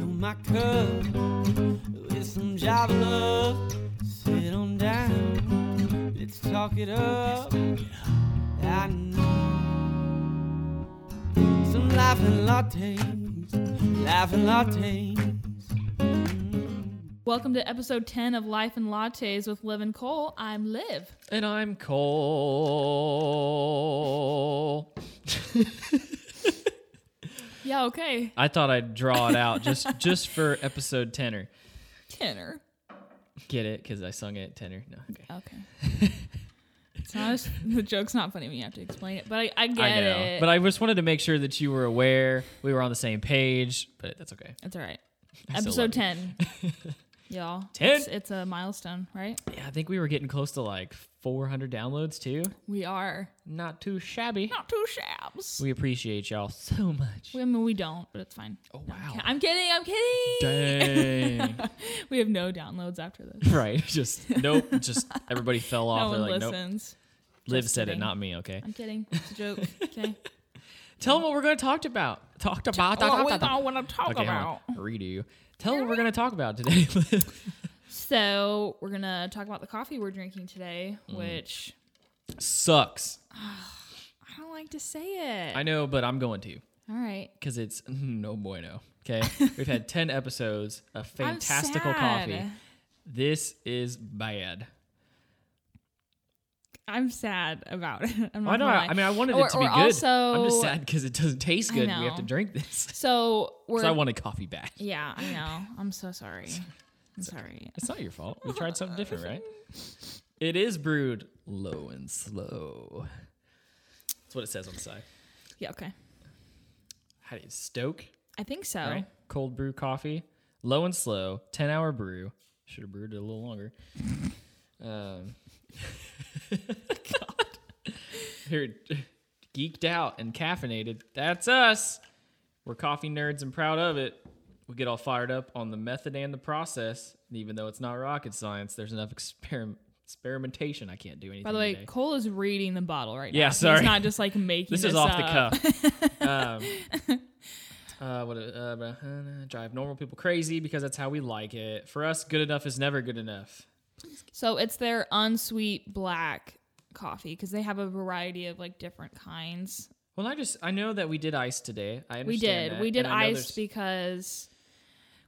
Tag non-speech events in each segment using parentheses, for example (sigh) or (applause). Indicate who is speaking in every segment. Speaker 1: my cup with some Java love. Sit on down, let's talk it up. I know some laughing lattes, laughing lattes. Mm.
Speaker 2: Welcome to episode 10 of Life and Lattes with Liv and Cole. I'm Liv.
Speaker 3: And I'm Cole.
Speaker 2: Yeah, okay.
Speaker 3: I thought I'd draw it out just (laughs) just for episode tenor.
Speaker 2: Tenor.
Speaker 3: Get it? Because I sung it tenor. No, okay.
Speaker 2: Okay. (laughs) It's not as, the joke's not funny when you have to explain it, but I, I get
Speaker 3: I know,
Speaker 2: it.
Speaker 3: but I just wanted to make sure that you were aware we were on the same page. But that's okay.
Speaker 2: it's all right.
Speaker 3: still
Speaker 2: Episode
Speaker 3: love you.
Speaker 2: 10.
Speaker 3: (laughs)
Speaker 2: Y'all.
Speaker 3: 10.
Speaker 2: It's, it's a milestone, right?
Speaker 3: Yeah, I think we were getting close to like 400 downloads too.
Speaker 2: We are
Speaker 3: Not too shabby.
Speaker 2: not two shabs.
Speaker 3: We appreciate y'all so much.
Speaker 2: We, I mean, we don't, but it's fine.
Speaker 3: Oh
Speaker 2: No, I'm
Speaker 3: wow.
Speaker 2: ki- I'm kidding. I'm kidding. (laughs)
Speaker 3: Dang.
Speaker 2: we have no downloads after this.
Speaker 3: (laughs) right. Just nope. Just everybody fell off.
Speaker 2: no one
Speaker 3: They're like, nope.
Speaker 2: listens.
Speaker 3: Liv
Speaker 2: Just
Speaker 3: said
Speaker 2: kidding.
Speaker 3: it, not me. Okay.
Speaker 2: I'm kidding. It's a joke.
Speaker 3: (laughs)
Speaker 2: Okay.
Speaker 3: Tell them what we're going to talk about. Talked about.
Speaker 2: oh, we know what I'm talking
Speaker 3: Okay, hang
Speaker 2: about.
Speaker 3: on. Redo. Tell them what we're going to talk about today.
Speaker 2: So we're gonna talk about the coffee we're drinking today,
Speaker 3: Mm.
Speaker 2: which
Speaker 3: Sucks.
Speaker 2: I don't like to say it.
Speaker 3: I know, but I'm going to
Speaker 2: All right.
Speaker 3: because it's (laughs) no bueno.
Speaker 2: (laughs)
Speaker 3: Okay. We've had 10 episodes of
Speaker 2: I'm
Speaker 3: fantastical
Speaker 2: sad.
Speaker 3: coffee. This is bad.
Speaker 2: I'm sad about (laughs) it. I'm not
Speaker 3: I
Speaker 2: gonna
Speaker 3: know.
Speaker 2: lie.
Speaker 3: I, I mean, I wanted
Speaker 2: Or-
Speaker 3: it to be
Speaker 2: or
Speaker 3: good. I'm
Speaker 2: also-
Speaker 3: just sad because it doesn't taste
Speaker 2: I
Speaker 3: good. and We have to
Speaker 2: know.
Speaker 3: drink this. (laughs)
Speaker 2: so we're.
Speaker 3: Because I wanted coffee back.
Speaker 2: yeah, I know. I'm so sorry.
Speaker 3: (laughs)
Speaker 2: I'm sorry.
Speaker 3: It's not your fault. We tried something different,
Speaker 2: (laughs)
Speaker 3: right? It is brewed low and slow. That's what it says on the side.
Speaker 2: Yeah. Okay.
Speaker 3: How do you stoke?
Speaker 2: I think so.
Speaker 3: right? Cold brew coffee, low and slow, 10 hour brew. Should have brewed it a little
Speaker 2: (laughs)
Speaker 3: longer. Um, God. Here, geeked out and caffeinated. That's us. We're coffee nerds and proud of it. We get all fired up on the method and the process. And even though it's not rocket science, there's enough experim- experimentation. I can't do anything.
Speaker 2: By the way,
Speaker 3: today.
Speaker 2: Cole is reading the bottle right now.
Speaker 3: Yeah, sorry.
Speaker 2: He's not just like making
Speaker 3: (laughs) this
Speaker 2: this,
Speaker 3: is off the
Speaker 2: up. (laughs)
Speaker 3: cuff. um, uh, what, uh, blah, uh, drive normal people crazy because that's how we like it. For us, good enough is never good enough.
Speaker 2: So it's their unsweet black coffee because they have a variety of like different kinds.
Speaker 3: Well, I just I know that we did ice today. I understand
Speaker 2: We did.
Speaker 3: that,
Speaker 2: We did
Speaker 3: and I know
Speaker 2: ice
Speaker 3: there's-
Speaker 2: because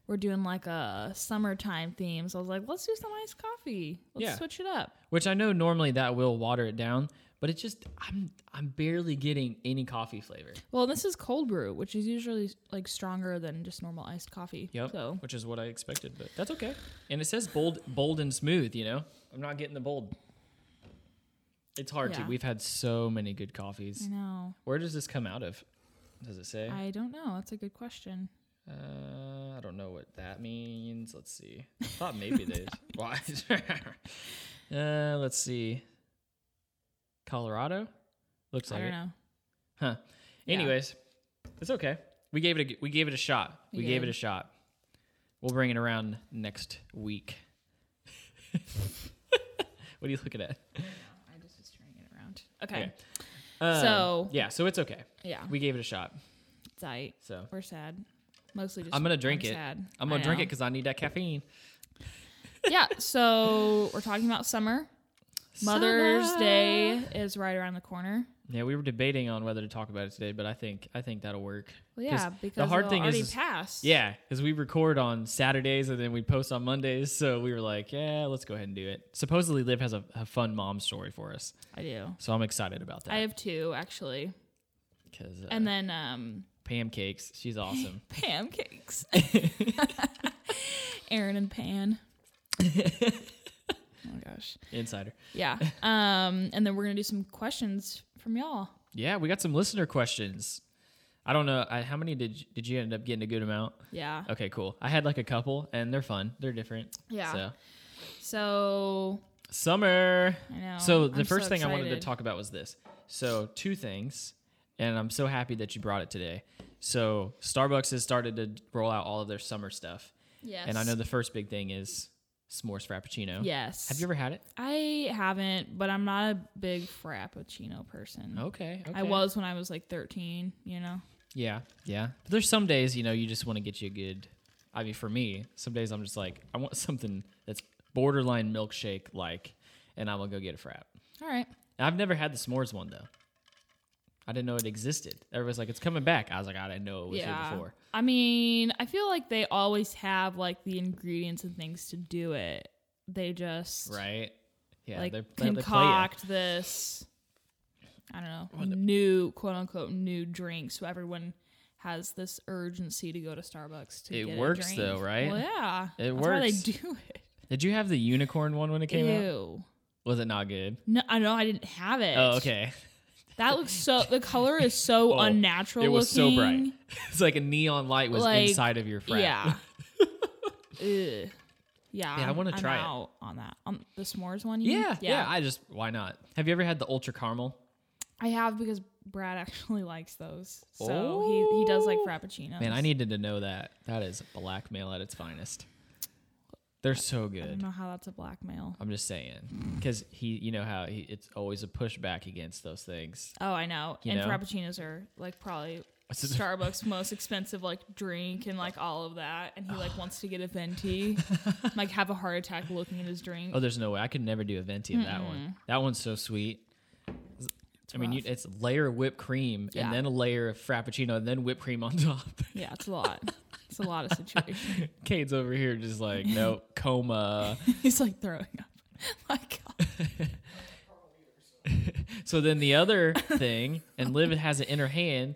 Speaker 2: we're doing like a summertime theme. So I was like, let's do some iced coffee. Let's
Speaker 3: Yeah.
Speaker 2: switch it up.
Speaker 3: which I know normally that will water it down, but it's just I'm I'm barely getting any coffee flavor.
Speaker 2: Well, this is cold brew, which is usually like stronger than just normal iced coffee.
Speaker 3: Yep,
Speaker 2: So
Speaker 3: which is what I expected, but that's okay. And it says bold, bold and smooth. You know, I'm not getting the bold. It's hard
Speaker 2: Yeah.
Speaker 3: to. We've had so many good coffees.
Speaker 2: I know.
Speaker 3: Where does this come out of? Does it say?
Speaker 2: I don't know. That's a good question.
Speaker 3: uh, I don't know what that means. Let's see. I thought
Speaker 2: (laughs)
Speaker 3: maybe they. (laughs) Why? uh, let's see. Colorado. Looks
Speaker 2: I
Speaker 3: like
Speaker 2: don't
Speaker 3: it.
Speaker 2: know.
Speaker 3: Huh.
Speaker 2: Yeah.
Speaker 3: Anyways, it's okay. We gave it a we gave it a shot.
Speaker 2: We
Speaker 3: We, gave
Speaker 2: did.
Speaker 3: it a shot. We'll bring it around next
Speaker 2: (laughs)
Speaker 3: week. what are you looking at?
Speaker 2: I just was turning it around. Okay.
Speaker 3: Okay. Um,
Speaker 2: So-
Speaker 3: yeah, so it's okay.
Speaker 2: Yeah.
Speaker 3: We gave it a shot.
Speaker 2: It's aight.
Speaker 3: So
Speaker 2: We're sad. Mostly just
Speaker 3: I'm gonna drink it.
Speaker 2: sad.
Speaker 3: I'm
Speaker 2: I
Speaker 3: gonna drink
Speaker 2: know.
Speaker 3: it because I need that caffeine.
Speaker 2: yeah. So we're talking about summer. Mother's Day is right around the corner.
Speaker 3: Yeah, we were debating on whether to talk about it today, but I think I think that'll work.
Speaker 2: Well, yeah, because
Speaker 3: the hard
Speaker 2: it'll
Speaker 3: thing
Speaker 2: already
Speaker 3: is,
Speaker 2: passed.
Speaker 3: yeah, because we record on Saturdays and then we post on Mondays, so we were like, yeah, let's go ahead and do it. Supposedly, Liv has a, a fun mom story for us,
Speaker 2: I do.
Speaker 3: so I'm excited about
Speaker 2: I
Speaker 3: that.
Speaker 2: have two actually,
Speaker 3: Because uh,
Speaker 2: and then um,
Speaker 3: Pam Cakes, she's
Speaker 2: (laughs)
Speaker 3: awesome. (laughs)
Speaker 2: pancakes. (laughs) Aaron and Pan. oh my gosh.
Speaker 3: Insider.
Speaker 2: Yeah. Um, and then we're gonna do some questions from y'all.
Speaker 3: Yeah, we got some listener questions. I don't know I, how many did you, did you end up getting a good amount?
Speaker 2: Yeah.
Speaker 3: Okay, cool. I had like a couple, and they're fun. They're different.
Speaker 2: Yeah.
Speaker 3: So
Speaker 2: So
Speaker 3: summer.
Speaker 2: I know.
Speaker 3: So the
Speaker 2: Um, I'm
Speaker 3: first
Speaker 2: so
Speaker 3: thing I wanted to
Speaker 2: excited.
Speaker 3: talk about was this. So two things, and I'm so happy that you brought it today. So Starbucks has started to roll out all of their summer stuff,
Speaker 2: Yes.
Speaker 3: and I know the first big thing is s'mores frappuccino.
Speaker 2: Yes.
Speaker 3: Have you ever had it?
Speaker 2: I haven't, but I'm not a big frappuccino person.
Speaker 3: Okay. Oh, okay.
Speaker 2: I was when I was like 13. You know.
Speaker 3: Yeah. Yeah. But there's some days you know you just want to get you a good I mean, for me, some days I'm just like, I want something that's borderline milkshake like, and I'm gonna go get a frap.
Speaker 2: All right.
Speaker 3: And I've never had the s'mores one though. I didn't know it existed. Everybody's like, it's coming back. I was like, I didn't know it was here before.
Speaker 2: I mean, I feel like they always have like the ingredients and things to do it. They just
Speaker 3: Right? Yeah,
Speaker 2: like
Speaker 3: they're, they- they play it.
Speaker 2: concoct this I don't know, new quote unquote new drink so everyone has this urgency to go to Starbucks to
Speaker 3: It
Speaker 2: get a
Speaker 3: works,
Speaker 2: drink.
Speaker 3: though, right?
Speaker 2: Well, yeah.
Speaker 3: It
Speaker 2: That's why they
Speaker 3: works.
Speaker 2: do it.
Speaker 3: Did you have the unicorn one when it came out?
Speaker 2: Ew.
Speaker 3: Was it not good?
Speaker 2: No, I know I didn't have it.
Speaker 3: Oh, okay. (laughs)
Speaker 2: That looks so. The color is so
Speaker 3: Oh,
Speaker 2: unnatural.
Speaker 3: It was so bright.
Speaker 2: looking.
Speaker 3: It's like a neon light was
Speaker 2: Like,
Speaker 3: inside of your frap. (laughs)
Speaker 2: Yeah. Ugh. Yeah.
Speaker 3: I wanna
Speaker 2: I'm
Speaker 3: try it.
Speaker 2: out on that. Um, the s'mores one. you mean?
Speaker 3: Yeah, yeah, I just why not? Have you ever had the ultra caramel?
Speaker 2: I, have because Brad (laughs) actually likes those, so he he does like
Speaker 3: Oh.
Speaker 2: frappuccinos.
Speaker 3: Man, I needed to know that. That is blackmail at its finest. They're so
Speaker 2: I don't
Speaker 3: good.
Speaker 2: know how that's a blackmail.
Speaker 3: I'm just saying, because he, you know how he, it's always a pushback against those things.
Speaker 2: Oh, I know.
Speaker 3: You
Speaker 2: and
Speaker 3: know?
Speaker 2: frappuccinos are like probably
Speaker 3: (laughs) This is-
Speaker 2: Starbucks most expensive like drink and like all of that. And he like wants to get a
Speaker 3: (laughs)
Speaker 2: venti, like have a heart attack looking at his drink.
Speaker 3: Oh, there's no way I could never do a venti of that one. That one's so sweet. I mean, you,
Speaker 2: rough.
Speaker 3: it's layer of whipped cream
Speaker 2: Yeah.
Speaker 3: and then a layer of frappuccino and then whipped cream on (laughs) top.
Speaker 2: Yeah, it's a lot. It's a
Speaker 3: (laughs)
Speaker 2: lot of situations.
Speaker 3: Cade's over here just like, no, coma.
Speaker 2: (laughs) He's like throwing up. (laughs) My God.
Speaker 3: So then the other thing, and Liv has it in her hand,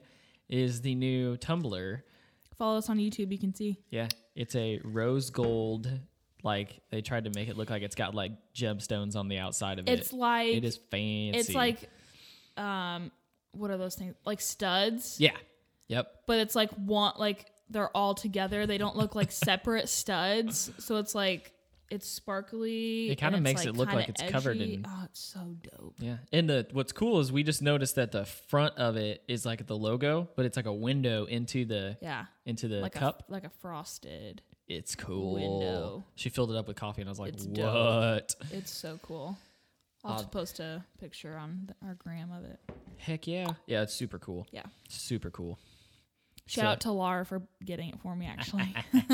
Speaker 3: is the new tumbler.
Speaker 2: Follow us on YouTube. You can see.
Speaker 3: Yeah, it's a rose gold. Like they tried to make it look like it's got like gemstones on the outside of
Speaker 2: It's
Speaker 3: it.
Speaker 2: like
Speaker 3: it is fancy.
Speaker 2: it's like um what are those things like studs?
Speaker 3: yeah, yep.
Speaker 2: But it's like one like they're all together. They don't look like separate
Speaker 3: (laughs)
Speaker 2: studs. So it's like it's sparkly.
Speaker 3: It kinda
Speaker 2: and it's,
Speaker 3: makes it look
Speaker 2: kinda
Speaker 3: like it's covered
Speaker 2: edgy.
Speaker 3: in-
Speaker 2: Oh, it's so dope.
Speaker 3: Yeah. And the what's cool is we just noticed that the front of it is like the logo, but it's like a window into the
Speaker 2: Yeah,
Speaker 3: into the
Speaker 2: like
Speaker 3: cup.
Speaker 2: a like a frosted.
Speaker 3: it's cool.
Speaker 2: window.
Speaker 3: She filled it up with coffee and I was like,
Speaker 2: It's
Speaker 3: "What?"
Speaker 2: dope. It's so cool. I'll
Speaker 3: Um,
Speaker 2: post a picture on the, our gram of it.
Speaker 3: Heck yeah. Yeah, it's super cool.
Speaker 2: Yeah. (laughs)
Speaker 3: Super cool.
Speaker 2: Shout
Speaker 3: So-
Speaker 2: out to Lara for getting it for me,
Speaker 3: (laughs)
Speaker 2: actually. (laughs)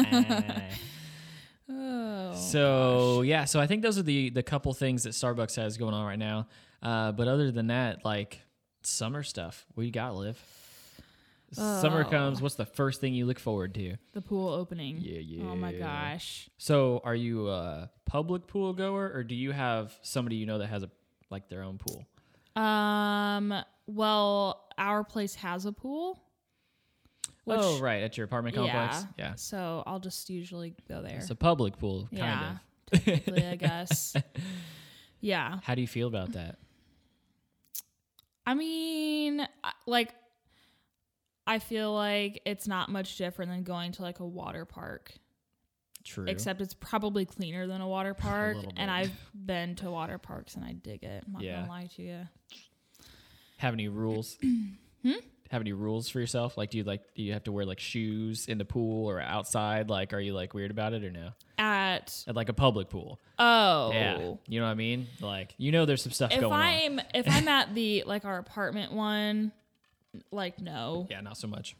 Speaker 2: oh.
Speaker 3: so yeah, so I think those are the the couple things that Starbucks has going on right now. Uh, but other than that, like summer stuff, what you got, Liv? Summer
Speaker 2: Oh.
Speaker 3: comes. What's the first thing you look forward to?
Speaker 2: the pool opening.
Speaker 3: Yeah, yeah.
Speaker 2: Oh my gosh.
Speaker 3: So, are you a public pool goer, or do you have somebody you know that has a like their own pool?
Speaker 2: Um. Well, our place has a pool. Which,
Speaker 3: oh, right, at your apartment complex.
Speaker 2: Yeah.
Speaker 3: Yeah,
Speaker 2: So I'll just usually go there.
Speaker 3: it's a public pool, kind
Speaker 2: yeah.
Speaker 3: of.
Speaker 2: Technically,
Speaker 3: (laughs)
Speaker 2: I guess. Yeah.
Speaker 3: How do you feel about that?
Speaker 2: I mean, I- like, I feel like it's not much different than going to like a water park,
Speaker 3: True.
Speaker 2: except it's probably cleaner than a
Speaker 3: (laughs)
Speaker 2: water park.
Speaker 3: little bit.
Speaker 2: and I've been to water parks and I dig it. I'm not
Speaker 3: Yeah.
Speaker 2: gonna lie to you.
Speaker 3: have
Speaker 2: (clears throat)
Speaker 3: any rules?
Speaker 2: Hmm?
Speaker 3: Have any rules for yourself? Like, do you like do you have to wear like shoes in the pool or outside? Like, are you like weird about it or no?
Speaker 2: At
Speaker 3: At like a public pool.
Speaker 2: oh
Speaker 3: Yeah, you know what I mean. Like, you know, there's some stuff
Speaker 2: if
Speaker 3: going on.
Speaker 2: I'm if I'm at the like our apartment one, like no, yeah.
Speaker 3: Yeah, not so much.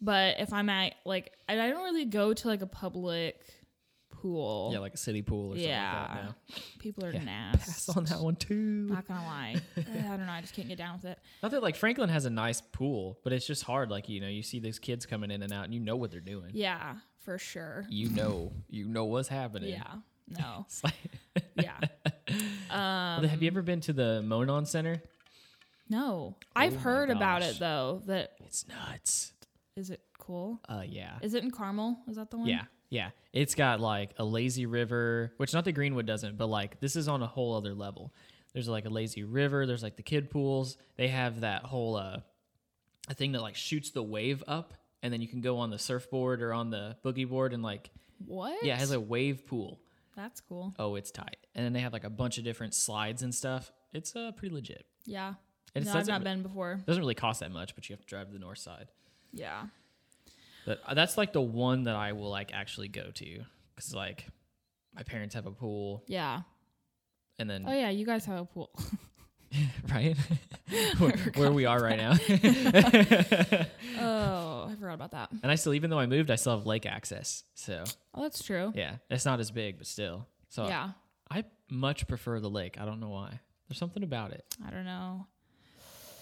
Speaker 2: But if I'm at like and I don't really go to like a public pool.
Speaker 3: Yeah, like a city pool or something like
Speaker 2: Yeah.
Speaker 3: that. No.
Speaker 2: people are
Speaker 3: Yeah, Pass
Speaker 2: nasty.
Speaker 3: on that one too.
Speaker 2: Not gonna
Speaker 3: (laughs)
Speaker 2: lie, Ugh, I don't know. I just can't get down with it.
Speaker 3: Not that like Franklin has a nice pool, but it's just hard. Like you know, you see these kids coming in and out, and you know what they're doing.
Speaker 2: Yeah, for sure.
Speaker 3: You know, you know what's happening.
Speaker 2: Yeah, no,
Speaker 3: It's (laughs) like,
Speaker 2: yeah. Um,
Speaker 3: have you ever been to the Monon Center?
Speaker 2: no, I've
Speaker 3: Oh my
Speaker 2: heard about
Speaker 3: gosh.
Speaker 2: it though. That
Speaker 3: It's nuts.
Speaker 2: is it cool?
Speaker 3: Uh, yeah,
Speaker 2: Is it in Carmel? Is that the one?
Speaker 3: yeah, yeah. It's got like a lazy river, which not that Greenwood doesn't, but like this is on a whole other level. There's like a lazy river. There's like the kid pools. They have that whole uh, a thing that like shoots the wave up, and then you can go on the surfboard or on the boogie board and like
Speaker 2: What?
Speaker 3: yeah, it has a wave pool.
Speaker 2: That's cool.
Speaker 3: oh, it's tight. And then they have like a bunch of different slides and stuff. It's uh, pretty legit.
Speaker 2: Yeah.
Speaker 3: And
Speaker 2: no,
Speaker 3: it
Speaker 2: I've
Speaker 3: doesn't,
Speaker 2: not been before.
Speaker 3: doesn't really cost that much, but you have to drive to the north side.
Speaker 2: Yeah.
Speaker 3: But uh, that's like the one that I will like actually go to because like my parents have a pool
Speaker 2: Yeah.
Speaker 3: and then
Speaker 2: Oh yeah, you guys have a pool.
Speaker 3: (laughs)
Speaker 2: (laughs)
Speaker 3: right? where, where we are right now. (laughs)
Speaker 2: Oh, (laughs) I forgot about that.
Speaker 3: and I still, even though I moved, I still have lake access. So
Speaker 2: Oh, that's true.
Speaker 3: yeah, it's not as big, but still. So
Speaker 2: yeah.
Speaker 3: I much prefer the lake. I don't know why. There's something about it.
Speaker 2: I don't know.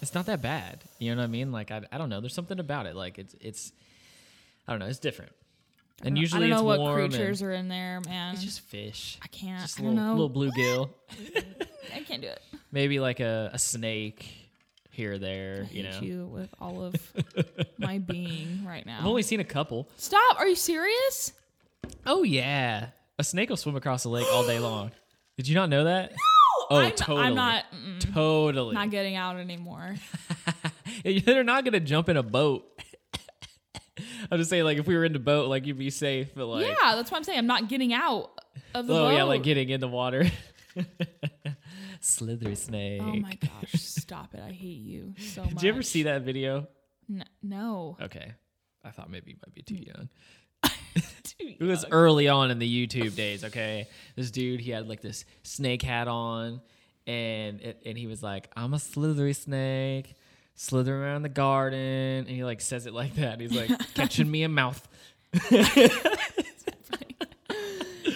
Speaker 3: It's not that bad. You know what I mean? Like I, I don't know. There's something about it. Like it's it's I don't know. It's different.
Speaker 2: I don't-
Speaker 3: And usually
Speaker 2: I don't know what
Speaker 3: it's warm. and-
Speaker 2: creatures are in there, man.
Speaker 3: it's just fish.
Speaker 2: I can't.
Speaker 3: Just
Speaker 2: I
Speaker 3: a
Speaker 2: don't
Speaker 3: little,
Speaker 2: know.
Speaker 3: little
Speaker 2: (laughs)
Speaker 3: bluegill.
Speaker 2: I can't do it.
Speaker 3: Maybe like a, a snake here or
Speaker 2: I
Speaker 3: there. You
Speaker 2: hate
Speaker 3: know.
Speaker 2: you with all
Speaker 3: (laughs)
Speaker 2: of my being right now.
Speaker 3: I've only seen a couple.
Speaker 2: Stop! Are you serious?
Speaker 3: Oh yeah, a snake will swim across the lake all
Speaker 2: (laughs)
Speaker 3: day long. Did you not know that? Oh,
Speaker 2: I'm,
Speaker 3: totally.
Speaker 2: I'm not. Mm,
Speaker 3: Totally. (laughs)
Speaker 2: not getting out anymore.
Speaker 3: They're not gonna jump in a boat. (laughs) I'm just saying, like, if we were in the boat, like, you'd be safe, but like,
Speaker 2: yeah, that's what I'm saying. I'm not getting out of the
Speaker 3: oh
Speaker 2: boat.
Speaker 3: yeah, like getting in the water. (laughs) Slithery snake.
Speaker 2: oh my gosh! Stop it! I hate
Speaker 3: (laughs)
Speaker 2: you so much.
Speaker 3: Did you ever see that video?
Speaker 2: N-
Speaker 3: (laughs)
Speaker 2: no.
Speaker 3: Okay, I thought maybe you might be too young.
Speaker 2: Dude,
Speaker 3: It was early on in the YouTube days, okay? This dude, he had like this snake hat on and it, and he was like, "I'm a slithery snake, slithering around the garden." And he like says it like that. He's
Speaker 2: (laughs)
Speaker 3: like, "Catching me a mouth."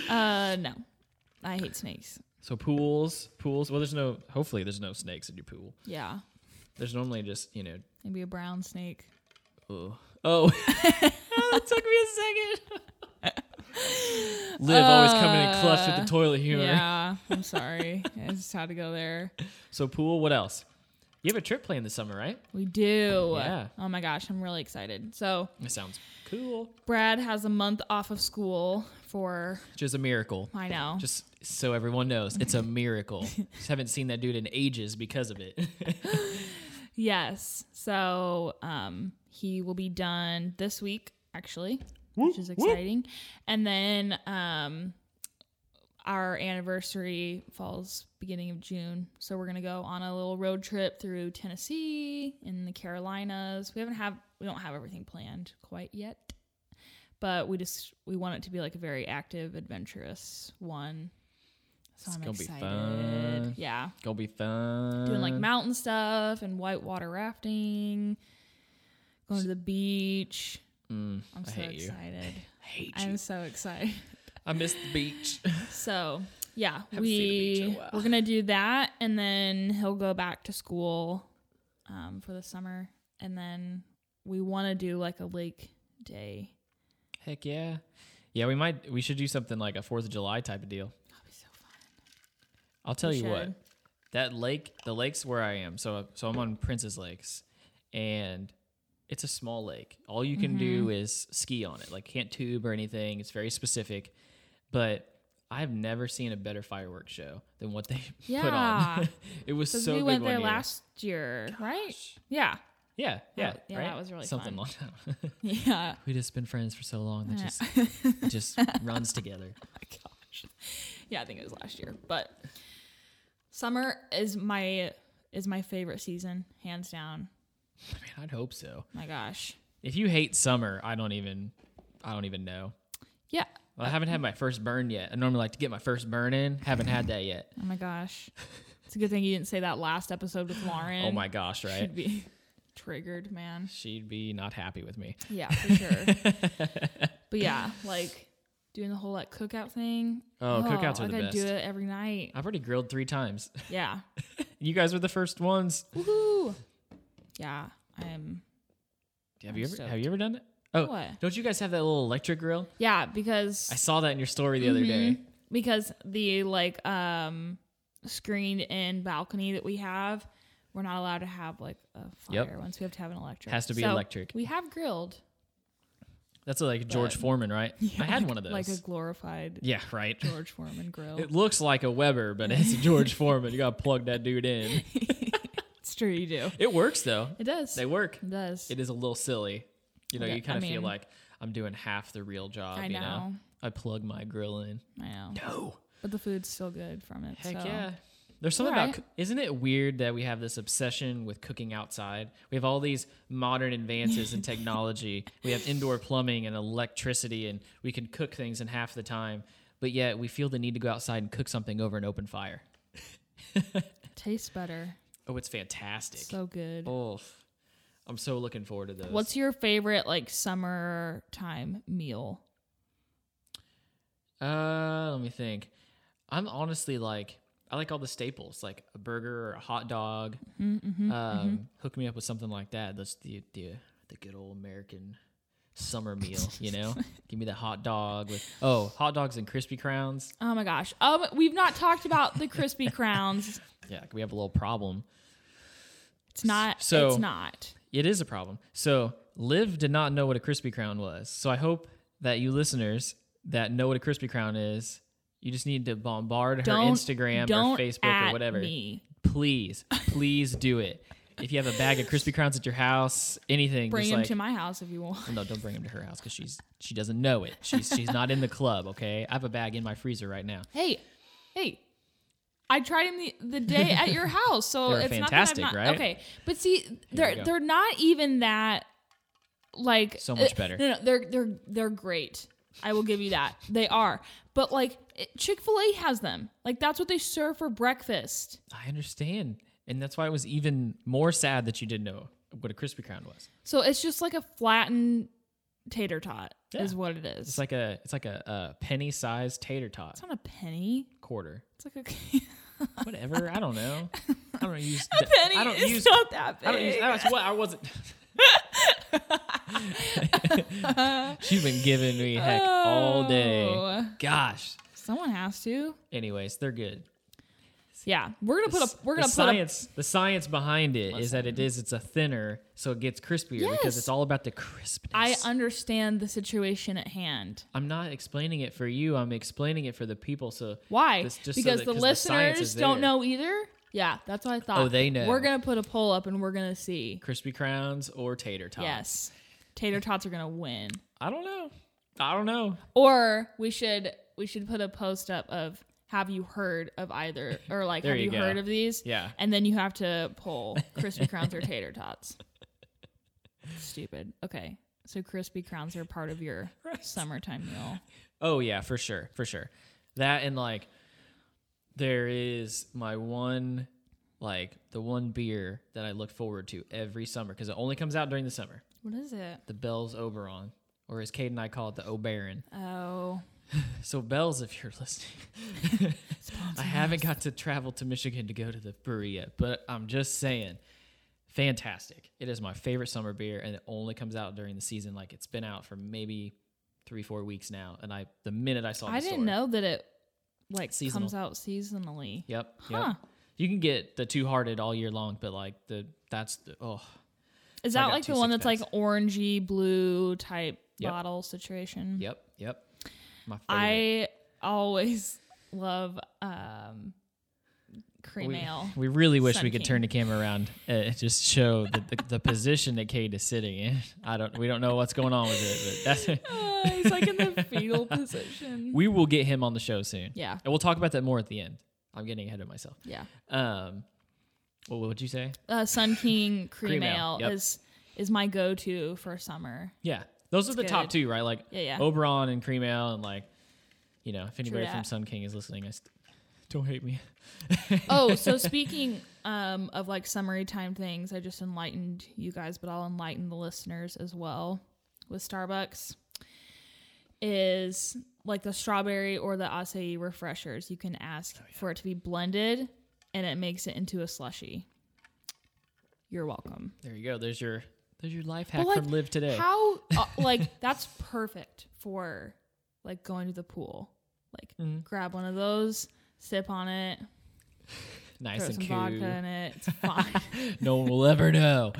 Speaker 2: Uh, no. I hate snakes.
Speaker 3: So pools, pools, well there's no hopefully there's no snakes in your pool.
Speaker 2: Yeah,
Speaker 3: There's normally just, you know,
Speaker 2: maybe a brown snake.
Speaker 3: ugh. oh. (laughs) that took me a second. (laughs) Liv always coming in clutch with the toilet humor.
Speaker 2: Uh, Yeah, I'm sorry. I just had to go there.
Speaker 3: So pool, what else? You have a trip planned this summer, right?
Speaker 2: We do.
Speaker 3: Yeah.
Speaker 2: Oh my gosh, I'm really excited. So
Speaker 3: That sounds cool.
Speaker 2: Brad has a month off of school for
Speaker 3: Which is a miracle.
Speaker 2: I know.
Speaker 3: Just so everyone knows, it's
Speaker 2: (laughs)
Speaker 3: a miracle. Just haven't seen that dude in ages because of it. (laughs)
Speaker 2: yes. So um he will be done this week, actually. which is exciting. And then um our anniversary falls beginning of June. So we're gonna go on a little road trip through Tennessee in the Carolinas. We haven't have we don't have everything planned quite yet. But we just we want it to be like a very active, adventurous one. So
Speaker 3: It's
Speaker 2: I'm
Speaker 3: gonna be
Speaker 2: excited.
Speaker 3: fun.
Speaker 2: Yeah.
Speaker 3: Gonna be fun.
Speaker 2: Doing like mountain stuff and whitewater rafting, going to the beach.
Speaker 3: Mm,
Speaker 2: I'm
Speaker 3: I
Speaker 2: so
Speaker 3: hate you.
Speaker 2: excited.
Speaker 3: I hate you.
Speaker 2: I'm so
Speaker 3: (laughs)
Speaker 2: excited.
Speaker 3: I miss the beach.
Speaker 2: So yeah,
Speaker 3: Haven't seen a beach in
Speaker 2: we
Speaker 3: a while.
Speaker 2: we're gonna do that, and then he'll go back to school um, for the summer, and then we want to do like a lake day.
Speaker 3: Heck yeah. Yeah, we might. We should do something like a Fourth of July type of deal.
Speaker 2: That'd be so fun.
Speaker 3: I'll tell
Speaker 2: We
Speaker 3: you what.
Speaker 2: should.
Speaker 3: That lake, the lake's where I am. So, so I'm on Princess Lakes, and it's a small lake. All you can do
Speaker 2: Mm-hmm.
Speaker 3: is ski on it. Like can't tube or anything. It's very specific. But I've never seen a better fireworks show than what they (laughs) put
Speaker 2: Yeah.
Speaker 3: on. (laughs) it was
Speaker 2: Because
Speaker 3: so
Speaker 2: we
Speaker 3: good
Speaker 2: went
Speaker 3: one
Speaker 2: there
Speaker 3: year.
Speaker 2: last year, right? Yeah, (laughs)
Speaker 3: Yeah, yeah,
Speaker 2: yeah,
Speaker 3: right?
Speaker 2: that was really
Speaker 3: something
Speaker 2: fun.
Speaker 3: like that. (laughs)
Speaker 2: yeah.
Speaker 3: we just been friends for so long that just it just
Speaker 2: (laughs)
Speaker 3: runs together.
Speaker 2: my gosh. Yeah, I think it was last year. But summer is my is my favorite season, hands down.
Speaker 3: I mean, I'd hope so.
Speaker 2: My gosh.
Speaker 3: If you hate summer, I don't even, I don't even know.
Speaker 2: Yeah.
Speaker 3: Well, I haven't had my first burn yet. I normally like to get my first burn in. Haven't had that yet.
Speaker 2: Oh my gosh. It's a good thing you didn't say that last episode with Lauren.
Speaker 3: Oh my gosh, right?
Speaker 2: Should be triggered, man.
Speaker 3: She'd be not happy with me.
Speaker 2: Yeah, for sure.
Speaker 3: (laughs)
Speaker 2: but yeah, like doing the whole like cookout thing.
Speaker 3: Oh, cookouts are
Speaker 2: I
Speaker 3: the
Speaker 2: gotta do
Speaker 3: best.
Speaker 2: it every night.
Speaker 3: I've already grilled three times. (laughs)
Speaker 2: Yeah.
Speaker 3: You guys were the first ones.
Speaker 2: Woohoo. Yeah. I'm
Speaker 3: Have you
Speaker 2: I'm
Speaker 3: ever have you ever done it? Oh,
Speaker 2: What?
Speaker 3: don't you guys have that little electric grill?
Speaker 2: yeah, because
Speaker 3: I saw that in your story the other day.
Speaker 2: Mm-hmm. because the like um screened in balcony that we have we're not allowed to have like a fire
Speaker 3: Yep.
Speaker 2: once we have to have an electric
Speaker 3: Has to be
Speaker 2: So,
Speaker 3: electric.
Speaker 2: we have grilled
Speaker 3: That's like George
Speaker 2: But-
Speaker 3: Foreman,
Speaker 2: (laughs)
Speaker 3: right? I had one of those.
Speaker 2: like a Oh. glorified
Speaker 3: (laughs) yeah,
Speaker 2: (laughs)
Speaker 3: right.
Speaker 2: george foreman grill
Speaker 3: It looks like a Weber, but it's a George Foreman. You gotta plug that
Speaker 2: (laughs)
Speaker 3: dude in.
Speaker 2: it's true you do
Speaker 3: It works though.
Speaker 2: it does
Speaker 3: They work.
Speaker 2: it does
Speaker 3: It is a little silly. You know,
Speaker 2: Yeah,
Speaker 3: you kind
Speaker 2: I
Speaker 3: of feel
Speaker 2: mean-
Speaker 3: like I'm doing half the real job.
Speaker 2: I
Speaker 3: You know,
Speaker 2: know.
Speaker 3: I plug my grill in.
Speaker 2: i know
Speaker 3: No.
Speaker 2: but the food's still good from it
Speaker 3: Oh, Heck
Speaker 2: so
Speaker 3: yeah. There's something about
Speaker 2: Alright.
Speaker 3: about. Isn't it weird that we have this obsession with cooking outside? We have all these modern
Speaker 2: (laughs)
Speaker 3: advances in technology. We have indoor plumbing and electricity, and we can cook things in half the time. But yet we feel the need to go outside and cook something over an open fire.
Speaker 2: tastes better
Speaker 3: Oh, it's fantastic.
Speaker 2: So good.
Speaker 3: oh, I'm so looking forward to those.
Speaker 2: What's your favorite like summertime meal?
Speaker 3: Uh, let me think. I'm honestly like I like all the staples, like a burger or a hot dog.
Speaker 2: Mm-hmm,
Speaker 3: um, hook me up with something like that. That's the the the good old American summer meal,
Speaker 2: (laughs)
Speaker 3: you know. Give me the hot dog with oh hot dogs and crispy crowns.
Speaker 2: Oh my gosh. Um, we've not talked about the crispy crowns.
Speaker 3: Yeah, we have a little problem.
Speaker 2: It's not.
Speaker 3: So-
Speaker 2: it's not.
Speaker 3: It is a problem. So Liv did not know what a crispy crown was. So I hope that you listeners that know what a crispy crown is, you just need to bombard her
Speaker 2: Don't
Speaker 3: Instagram
Speaker 2: don't
Speaker 3: or Facebook
Speaker 2: at
Speaker 3: or whatever.
Speaker 2: Me.
Speaker 3: please, please do it. If you have a bag of Krispy Krons at your house, anything,
Speaker 2: Bring
Speaker 3: just
Speaker 2: him
Speaker 3: like,
Speaker 2: to my house if you want. (laughs)
Speaker 3: no, don't bring them to her house because she's she doesn't know it. She's she's not in the club. Okay, I have a bag in my freezer right now.
Speaker 2: Hey, hey. I tried him the,
Speaker 3: (laughs)
Speaker 2: the day at your house, so
Speaker 3: They're
Speaker 2: it's
Speaker 3: fantastic,
Speaker 2: not that I'm not
Speaker 3: right?
Speaker 2: okay. But see,
Speaker 3: we
Speaker 2: they're
Speaker 3: go.
Speaker 2: they're not even that like
Speaker 3: So much
Speaker 2: uh,
Speaker 3: better.
Speaker 2: No, no, they're they're they're great. I will give you that. They are. But like Chick Fil A has them. Like that's what they serve for breakfast.
Speaker 3: I understand, and that's why it was even more sad that you didn't know what a Krispy Krone was.
Speaker 2: So it's just like a flattened tater tot is
Speaker 3: Yeah.
Speaker 2: what it is.
Speaker 3: It's like a it's like a, a penny sized tater tot
Speaker 2: it's not a penny.
Speaker 3: quarter,
Speaker 2: It's like a (laughs)
Speaker 3: whatever. I don't know. I don't use a
Speaker 2: penny.
Speaker 3: I don't
Speaker 2: it's
Speaker 3: use.
Speaker 2: not that big.
Speaker 3: I don't use. That's what I wasn't. (laughs) She's been giving me heck all day.
Speaker 2: Oh.
Speaker 3: Gosh.
Speaker 2: Someone has to.
Speaker 3: Anyways, they're good.
Speaker 2: Yeah, we're gonna put a we're gonna
Speaker 3: the
Speaker 2: put a
Speaker 3: science. the science behind it is that it is it's a thinner, so it gets crispier
Speaker 2: Yes.
Speaker 3: because it's all about the crispness.
Speaker 2: I understand the situation at hand.
Speaker 3: I'm not explaining it for you. I'm explaining it for the people. So
Speaker 2: Why?
Speaker 3: This- just so
Speaker 2: because
Speaker 3: that-
Speaker 2: the
Speaker 3: 'cause the science
Speaker 2: listeners
Speaker 3: is
Speaker 2: don't
Speaker 3: there.
Speaker 2: know either. Yeah, that's what I thought.
Speaker 3: Oh, they know.
Speaker 2: We're gonna put a poll up and we're gonna see.
Speaker 3: crispy crowns or tater tots.
Speaker 2: Yes, tater tots are gonna win.
Speaker 3: I don't know. I don't know.
Speaker 2: Or we should we should put a post up of Have you heard of either
Speaker 3: (laughs)
Speaker 2: or like
Speaker 3: There
Speaker 2: Have you,
Speaker 3: you go.
Speaker 2: heard of these?
Speaker 3: Yeah.
Speaker 2: and then you have to
Speaker 3: (laughs)
Speaker 2: poll Krispy Krons or tater tots. Stupid. Okay, so Krispy Krons are part of your summertime meal.
Speaker 3: Oh yeah, for sure, for sure. That and like there is my one like the one beer that I look forward to every summer because it only comes out during the summer.
Speaker 2: What is it?
Speaker 3: The Bell's Oberon, or as Kate and I call it, the Oberon.
Speaker 2: Oh,
Speaker 3: So Bell's, if you're listening, (laughs) I haven't got to travel to Michigan to go to the brewery yet, but I'm just saying, fantastic. It is my favorite summer beer, and it only comes out during the season. Like it's been out for maybe three, four weeks now, and I the minute I saw, it in
Speaker 2: I
Speaker 3: the
Speaker 2: didn't
Speaker 3: store-
Speaker 2: know that it like
Speaker 3: Seasonal.
Speaker 2: comes out seasonally.
Speaker 3: Yep.
Speaker 2: Huh.
Speaker 3: Yep. You can get the two hearted all year long, but like the that's the oh
Speaker 2: Is
Speaker 3: I
Speaker 2: that
Speaker 3: got
Speaker 2: like
Speaker 3: two
Speaker 2: the one that's like
Speaker 3: six-packs.
Speaker 2: orangey blue type
Speaker 3: Yep.
Speaker 2: bottle situation?
Speaker 3: yep yep. My favorite.
Speaker 2: I always (laughs) love um cream
Speaker 3: we,
Speaker 2: ale.
Speaker 3: (laughs) we really wish
Speaker 2: Sun
Speaker 3: we could
Speaker 2: King.
Speaker 3: turn the camera around uh, and just show the, the, the position that Kate is sitting in. I don't we don't know what's going on with it, but that's
Speaker 2: Uh, he's like in
Speaker 3: (laughs)
Speaker 2: the fetal position.
Speaker 3: we will get him on the show soon.
Speaker 2: Yeah.
Speaker 3: And we'll talk about that more at the end. I'm getting ahead of myself.
Speaker 2: Yeah.
Speaker 3: Um what would you say?
Speaker 2: Uh,
Speaker 3: (laughs)
Speaker 2: Sun King cream,
Speaker 3: Cream ale,
Speaker 2: ale
Speaker 3: yep.
Speaker 2: is is my go to for summer.
Speaker 3: Yeah. Those are the top
Speaker 2: good.
Speaker 3: two, right? Like
Speaker 2: Yeah, yeah.
Speaker 3: Oberon and Cream Ale and like you know, if anybody from
Speaker 2: that.
Speaker 3: Sun King is listening, I st- don't hate me. (laughs)
Speaker 2: oh, so speaking um, of like summary time things, I just enlightened you guys, but I'll enlighten the listeners as well with Starbucks is like the strawberry or the acai refreshers. You can ask
Speaker 3: Oh,
Speaker 2: for it to be blended and it makes it into a slushy. You're welcome.
Speaker 3: There you go. There's your there's your life hack
Speaker 2: But, like,
Speaker 3: from Live Today.
Speaker 2: How uh, like (laughs) that's perfect for like going to the pool. Like
Speaker 3: Mm-hmm.
Speaker 2: grab one of those, sip on it,
Speaker 3: nice
Speaker 2: throw
Speaker 3: and
Speaker 2: some vodka
Speaker 3: cool.
Speaker 2: in it. It's fine.
Speaker 3: (laughs)
Speaker 2: (laughs)
Speaker 3: No one will ever know.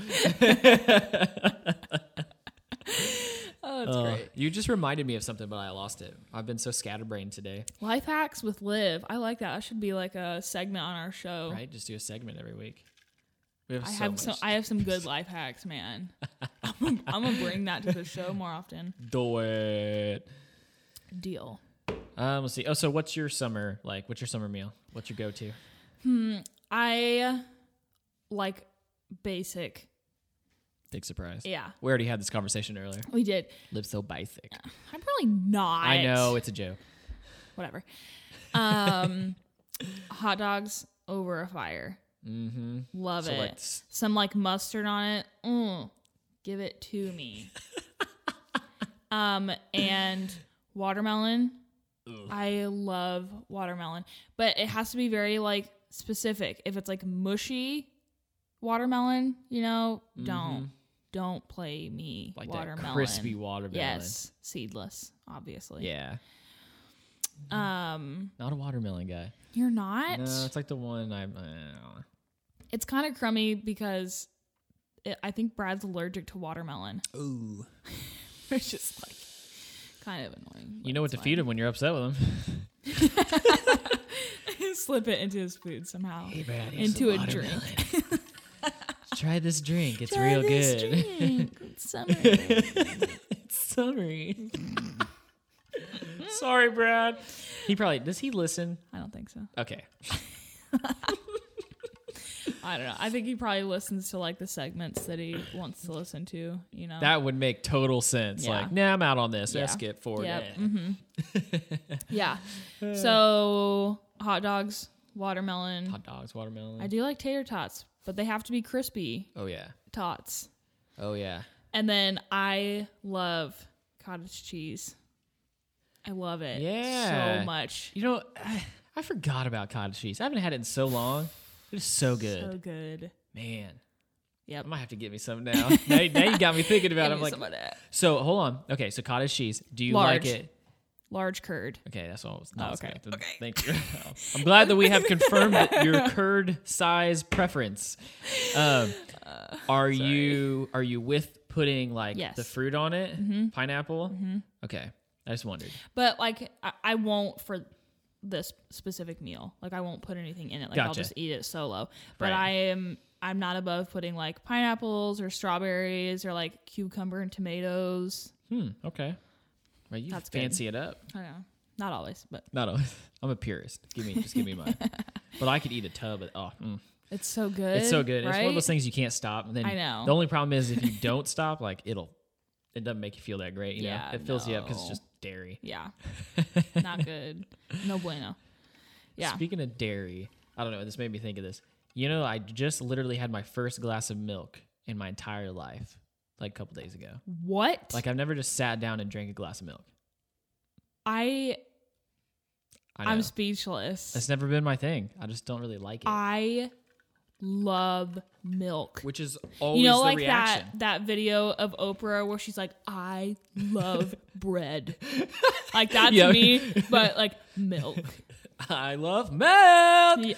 Speaker 2: oh, it's
Speaker 3: Uh,
Speaker 2: great.
Speaker 3: You just reminded me of something, but I lost it. I've been so scatterbrained today.
Speaker 2: Life hacks with Liv. I like that. That should be like a segment on our show.
Speaker 3: Right? Just do a segment every week. We have
Speaker 2: Oh. I
Speaker 3: so
Speaker 2: have
Speaker 3: much.
Speaker 2: some. I have some
Speaker 3: (laughs)
Speaker 2: good life hacks, man. I'm, gonna- I'm gonna bring that to the
Speaker 3: (laughs)
Speaker 2: show more often.
Speaker 3: do it.
Speaker 2: Deal.
Speaker 3: Um, let's see. Oh, so what's your summer like? What's your summer meal? What's your go-to?
Speaker 2: I like basic.
Speaker 3: Big surprise.
Speaker 2: Yeah,
Speaker 3: We already had this conversation earlier.
Speaker 2: we did.
Speaker 3: Live so basic.
Speaker 2: I'm probably not.
Speaker 3: I know it's a joke.
Speaker 2: (laughs) Whatever. Um, hot dogs over a fire.
Speaker 3: Mm-hmm.
Speaker 2: Love
Speaker 3: So,
Speaker 2: it.
Speaker 3: like, s-
Speaker 2: Some like mustard on it. Mm, give it to me.
Speaker 3: (laughs)
Speaker 2: um and watermelon. I love watermelon, but it has to be very like specific. If it's like mushy watermelon, you know, don't don't play me
Speaker 3: Mm-hmm. Like
Speaker 2: watermelon.
Speaker 3: that crispy watermelon.
Speaker 2: Yes, seedless, obviously.
Speaker 3: Yeah.
Speaker 2: Um,
Speaker 3: Not a watermelon guy.
Speaker 2: you're not.
Speaker 3: No, it's like the one I'm. I don't know.
Speaker 2: It's kind of crummy because it, I think Brad's allergic to watermelon. (laughs)
Speaker 3: Ooh.
Speaker 2: It's just like kind of annoying.
Speaker 3: You know what to feed him when you're upset with him.
Speaker 2: (laughs) Slip it into his food somehow.
Speaker 3: Brad,
Speaker 2: here's (laughs) Into some a drink. (laughs)
Speaker 3: Try this drink. It's
Speaker 2: Try
Speaker 3: real
Speaker 2: this
Speaker 3: good.
Speaker 2: drink. It's summer.
Speaker 3: (laughs) it's summery. (laughs) Sorry, Brad. He probably does. He listen.
Speaker 2: I don't think so.
Speaker 3: Okay.
Speaker 2: I don't know. I think he probably listens to like the segments that he wants to listen to. You know.
Speaker 3: That would make total sense.
Speaker 2: Um, Yeah.
Speaker 3: Like, nah, I'm out on this.
Speaker 2: Yeah.
Speaker 3: Yeah. Skip forward.
Speaker 2: Yep.
Speaker 3: Yeah.
Speaker 2: Mhm.
Speaker 3: (laughs)
Speaker 2: yeah. So hot dogs, watermelon.
Speaker 3: Hot dogs, watermelon.
Speaker 2: I do like tater tots, but they have to be crispy
Speaker 3: oh yeah.
Speaker 2: tots.
Speaker 3: Oh yeah.
Speaker 2: And then I love cottage cheese. I love it
Speaker 3: Yeah.
Speaker 2: so much.
Speaker 3: You know, I, I forgot about cottage cheese. I haven't had it in so long. It's so good,
Speaker 2: So good.
Speaker 3: man.
Speaker 2: Yep.
Speaker 3: I might have to get me some now. now, you- now you got me thinking
Speaker 2: Give
Speaker 3: about. it. I'm
Speaker 2: me
Speaker 3: like,
Speaker 2: some of that.
Speaker 3: so hold on. Okay, so cottage cheese. Do you
Speaker 2: Large.
Speaker 3: like it?
Speaker 2: large curd.
Speaker 3: Okay, that's what I was not
Speaker 2: Oh, okay.
Speaker 3: expecting. (laughs) Thank you. I'm glad that we have confirmed that your curd size preference.
Speaker 2: (laughs)
Speaker 3: Um, are you are you with putting like
Speaker 2: Yes. Mm-hmm.
Speaker 3: the fruit on it? Pineapple. Okay, I just wondered.
Speaker 2: But like, I, I won't for this specific meal. Like, I won't put anything in it. Like, I'll
Speaker 3: Gotcha.
Speaker 2: just eat it solo. But
Speaker 3: Right.
Speaker 2: I am. I'm not above putting like pineapples or strawberries or like cucumber and tomatoes.
Speaker 3: Hmm. Okay. Well, you
Speaker 2: That's good.
Speaker 3: fancy it up.
Speaker 2: I don't know. Not always, but
Speaker 3: No, no. (laughs) I'm a purist. Give me, just give
Speaker 2: (laughs)
Speaker 3: me mine. but I could eat a tub. Of, oh, mm.
Speaker 2: it's so good.
Speaker 3: it's so good.
Speaker 2: Right?
Speaker 3: It's one of those things you can't stop. And then
Speaker 2: I know.
Speaker 3: The only problem is if you don't stop, like it'll, it doesn't make you feel that great. You
Speaker 2: Yeah,
Speaker 3: know, it fills you up because
Speaker 2: no.
Speaker 3: it's just dairy. (laughs)
Speaker 2: Yeah. not good. No bueno. Yeah.
Speaker 3: Speaking of dairy, I don't know. This made me think of this. You know, I just literally had my first glass of milk in my entire life, like a couple days ago.
Speaker 2: what?
Speaker 3: Like I've never just sat down and drank a glass of milk.
Speaker 2: I
Speaker 3: I know.
Speaker 2: I'm speechless.
Speaker 3: That's never been my thing. I just don't really like it,
Speaker 2: I love milk.
Speaker 3: which is always
Speaker 2: you know
Speaker 3: the
Speaker 2: like
Speaker 3: reaction. (laughs)
Speaker 2: that that video of oprah where she's like i
Speaker 3: (laughs)
Speaker 2: love bread like that
Speaker 3: Yeah.
Speaker 2: to me but like milk (laughs)
Speaker 3: I love milk.
Speaker 2: yeah.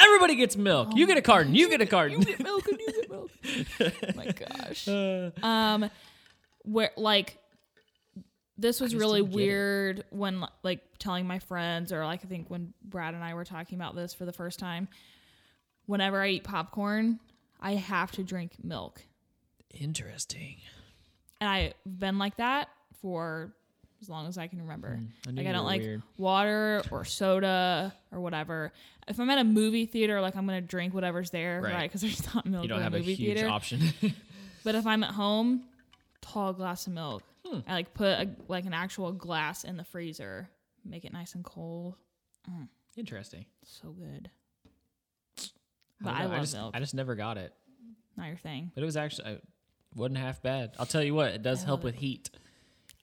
Speaker 3: Everybody gets milk. you get a carton. You get a
Speaker 2: (laughs)
Speaker 3: carton.
Speaker 2: you get milk and you get milk oh
Speaker 3: (laughs)
Speaker 2: my gosh
Speaker 3: Uh,
Speaker 2: um where like this was
Speaker 3: just
Speaker 2: really
Speaker 3: didn't get it.
Speaker 2: weird when like telling my friends or like i think when brad and i were talking about this for the first time whenever i eat popcorn i have to drink milk
Speaker 3: Interesting.
Speaker 2: and I've been like that for as long as I can remember.
Speaker 3: Hmm, I knew
Speaker 2: like
Speaker 3: you
Speaker 2: I don't
Speaker 3: were
Speaker 2: like
Speaker 3: weird.
Speaker 2: water or soda or whatever. If I'm at a movie theater, like I'm gonna drink whatever's there,
Speaker 3: Right.
Speaker 2: right? Because there's not milk
Speaker 3: You
Speaker 2: in
Speaker 3: don't
Speaker 2: a
Speaker 3: have a
Speaker 2: movie
Speaker 3: huge
Speaker 2: theater.
Speaker 3: option.
Speaker 2: (laughs)
Speaker 3: (laughs)
Speaker 2: But if I'm at home, tall glass of milk.
Speaker 3: Hmm.
Speaker 2: I like put a, like an actual glass in the freezer, make it nice and cold.
Speaker 3: Interesting.
Speaker 2: So good.
Speaker 3: I,
Speaker 2: But
Speaker 3: don't
Speaker 2: I,
Speaker 3: know.
Speaker 2: love
Speaker 3: just,
Speaker 2: milk.
Speaker 3: I just never got it,
Speaker 2: not your thing.
Speaker 3: but it was actually I, wasn't half bad. I'll tell you what, it does help
Speaker 2: love
Speaker 3: with heat.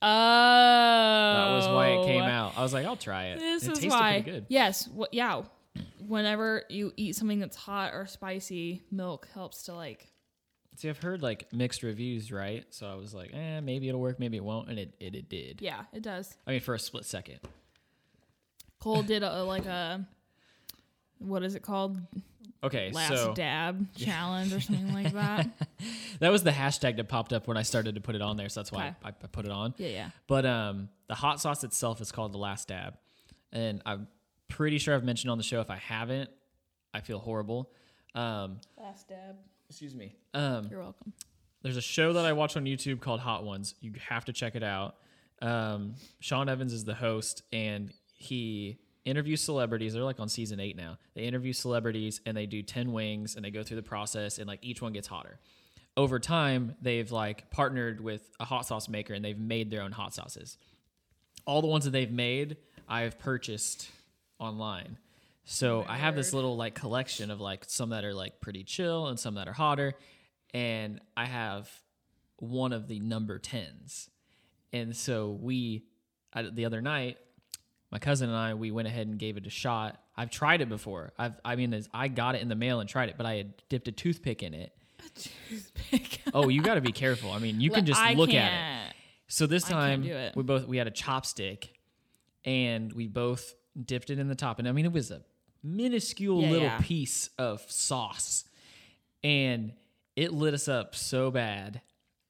Speaker 2: Oh,
Speaker 3: That
Speaker 2: that
Speaker 3: was why it came out. I was like, I'll try it.
Speaker 2: Oh, This
Speaker 3: And it
Speaker 2: is
Speaker 3: tasted
Speaker 2: why.
Speaker 3: pretty good.
Speaker 2: Yes. What? Yeah. Whenever you eat something that's hot or spicy, milk helps to like.
Speaker 3: See, I've heard like mixed reviews, right? So I was like, eh, maybe it'll work, maybe it won't, and it it, it did.
Speaker 2: Yeah, it does.
Speaker 3: I mean, for a split second.
Speaker 2: Cole did a like a. What is it called?
Speaker 3: Okay,
Speaker 2: Last
Speaker 3: so
Speaker 2: dab
Speaker 3: (laughs)
Speaker 2: challenge or something like that.
Speaker 3: that was the hashtag that popped up when I started to put it on there, so that's why
Speaker 2: Okay.
Speaker 3: I, I put it on.
Speaker 2: Yeah, yeah.
Speaker 3: But um, the hot sauce itself is called the Last Dab, and I'm pretty sure I've mentioned on the show. If I haven't, I feel horrible. Um,
Speaker 2: Last dab.
Speaker 3: excuse me. Um,
Speaker 2: You're welcome.
Speaker 3: there's a show that I watch on YouTube called Hot Ones. You have to check it out. Um, Sean Evans is the host, and he interviews celebrities. They're like on season eight now. They interview celebrities, and they do ten wings, and they go through the process, and like each one gets hotter. Over time, they've like partnered with a hot sauce maker, and they've made their own hot sauces all the ones that they've made, I've purchased online. So I have this
Speaker 2: Nerd.
Speaker 3: little like collection of like some that are like pretty chill and some that are hotter. And I have one of the number 10s. And so we, I, the other night, my cousin and I, we went ahead and gave it a shot. I've tried it before. I've, I mean, it's- I got it in the mail and tried it, but I had dipped a toothpick in it.
Speaker 2: Toothpick.
Speaker 3: Oh, you got to be careful. I mean, you can just
Speaker 2: I
Speaker 3: look at it.
Speaker 2: can't.
Speaker 3: So this
Speaker 2: can't
Speaker 3: time
Speaker 2: do it.
Speaker 3: we both we had a chopstick and we both dipped it in the top and I mean it was a minuscule
Speaker 2: Yeah,
Speaker 3: little
Speaker 2: yeah.
Speaker 3: piece of sauce and it lit us up so bad.